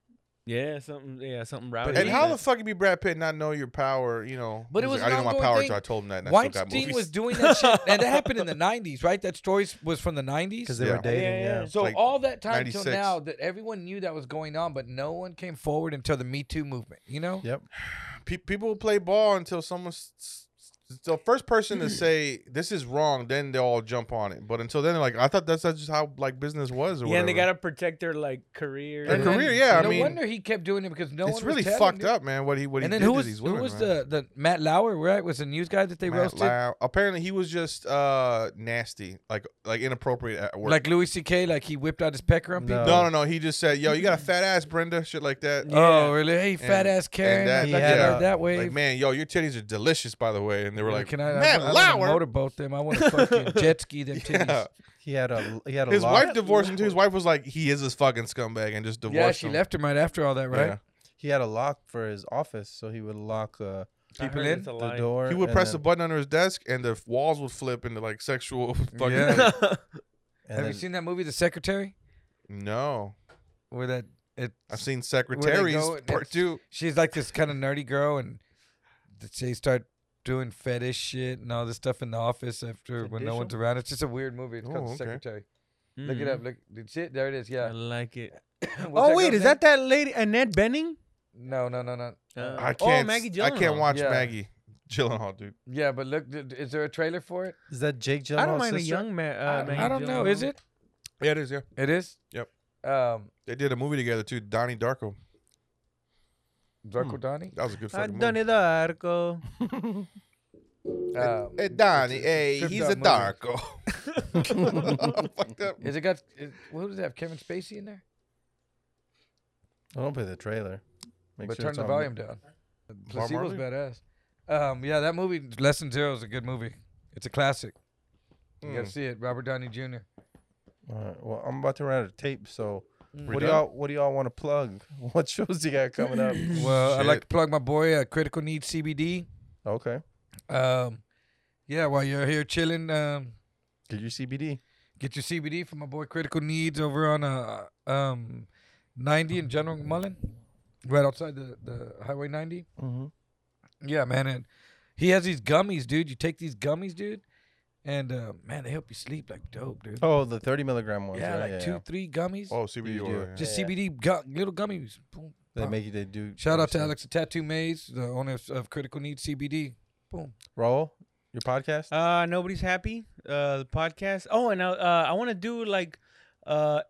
Yeah, something. Yeah, something rowdy.
And
(laughs)
how the fuck be Brad Pitt not know your power? You know,
But it
He's
was
like, I
an
didn't want
ongoing
power
thing.
until I told him that. And I still got
Weinstein
movies.
was doing
(laughs)
that shit, and that happened in the '90s, right? That story was from the
Because
'90s.
they
Yeah.
were dating,
(laughs) Yeah, yeah.
yeah.
So
like
all that time
96.
till now, that everyone knew that was going on, but no one came forward until the Me Too movement. You know?
Yep.
Pe- people will play ball until someone's s- s- the first person to say this is wrong, then they'll all jump on it. But until then, they're like I thought that's, that's just how like business was. Or
Yeah, and they
whatever.
gotta protect their like career.
Their
and-
career, yeah, I
no
mean-
wonder he kept doing it because no
It's
one.
really
was telling
fucked
him.
up, man. What he what
and
he
then
did
who
to
was
these
who
women.
was
man.
the the Matt Lauer right was the news guy that they
Matt
roasted
Lau- Apparently, he was just uh nasty, like like inappropriate at work.
like uh, Louis C.K. like he whipped out his pecker on people.
no,
No.
no, no. He just said, "Yo, you got a fat ass, Brenda," shit like that.
Yeah.
Oh really? Hey, fat ass Karen!
that-
I'd like
yeah.
to ride that way.
Like, man, yo, your titties are delicious, by the way. And they were like,
can I, I
Matt
wanna- I,
Lauer.
wanna motorboat them. I want
(laughs)
to fucking jet ski them titties.
Yeah.
He had a he had a
His
lot-
wife divorced him too. His wife was like, "He is this fucking scumbag," and just divorced
Yeah, she
him.
left him right after all that, right?
Yeah.
He had a lock for his office, so he would lock uh,
I
people
heard
in?
it's a
the
lie. (laughs)
door.
He would
and
press a
then-
button under his desk, and the walls would flip into like sexual. (laughs) Fucking
Yeah.
and
Have
then-
you seen that movie, The Secretary?
No,
Where that it
I've seen Secretaries
go and
Part
it's-
Two.
she's like this kind of nerdy girl, and th- they start doing fetish shit and all this stuff in the office after when no
Fetishal?
one's around. It's just a weird movie. It's called
Oh,
The
okay.
Secretary. Look it up. Look, did shit? There it is.
I
Yeah.
like Mm-hmm. it.
What's
oh wait,
girl's
is
name?
that that lady Annette Benning?
No, no, no, no.
Uh,
I can't.
Oh, Maggie
I can't
Gyllenhaal.
watch
Yeah.
Maggie Gyllenhaal, dude.
Yeah, but look, th- th- is there a trailer for it?
is that Jake Gyllenhaal's
I don't mind a
sister?
young man.
I-
Uh, Maggie
I don't know. Is
Gyllenhaal.
it?
Yeah, it is. Yeah,
It is.
Yep.
Um,
they did a movie together too. Donnie Darko.
Darko
Hmm.
Donnie.
That was a good
I
fucking movie.
done it, uh, Arco.
Um,
Hey Donnie,
it's a
hey,
stripped
he's
out
a
movie.
Darko. (laughs) Fucked up.
Is it got? Is, who does it have? Kevin Spacey in there?
Oh, don't play the trailer. Make
but
sure
turn
it's
the
on
volume down. Placebo's
Marley?
badass. Um, yeah, that movie Lesson Zero is a good movie. It's a classic. You
Hmm.
gotta see it. Robert Downey Jr.
Alright, well, I'm about to run out of tape, so
Mm.
what do y'all what do y'all want to plug? (laughs) What shows you got coming
(coughs)
up?
Well, I'd like
Shit.
to plug my boy uh, Critical Needs CBD.
okay.
Um, yeah, while you're here chilling, um,
Did you CBD?
get your CBD from my boy Critical Needs over on uh, um, 90 in General Mullen, right outside the, the Highway 90.
Mm-hmm.
Yeah, man, and he has these gummies, dude. You take these gummies, dude, and uh, man, they help you sleep like dope, dude.
Oh, the 30 milligram ones.
yeah,
right?
like two, three gummies.
Oh, CBD
You
oil.
do.
yeah.
Just
Yeah.
CBD gu- little gummies. Boom.
They
Wow.
make you they do.
Shout out to
everything.
Alex the Tattoo Maze, the owner of- of Critical Need CBD. Boom.
Raul, your podcast.
Uh, nobody's happy. Uh, the podcast. Oh, and I, uh, I want to do like, uh,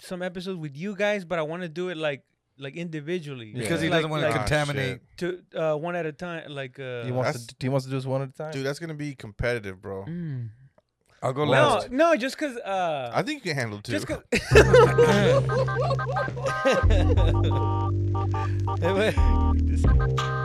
some episodes with you guys, but I want to do it like, like individually.
Because he
Like-
doesn't wanna
like,
con- contaminate.
to uh, one at a time. Like, uh,
he wants
that's-
to. He wants to do this one at a time.
Dude, that's gonna be competitive, bro.
Mm.
I'll go
no,
last.
no, just cause. Uh,
I think you can handle two.
just (laughs) cause. Anyway.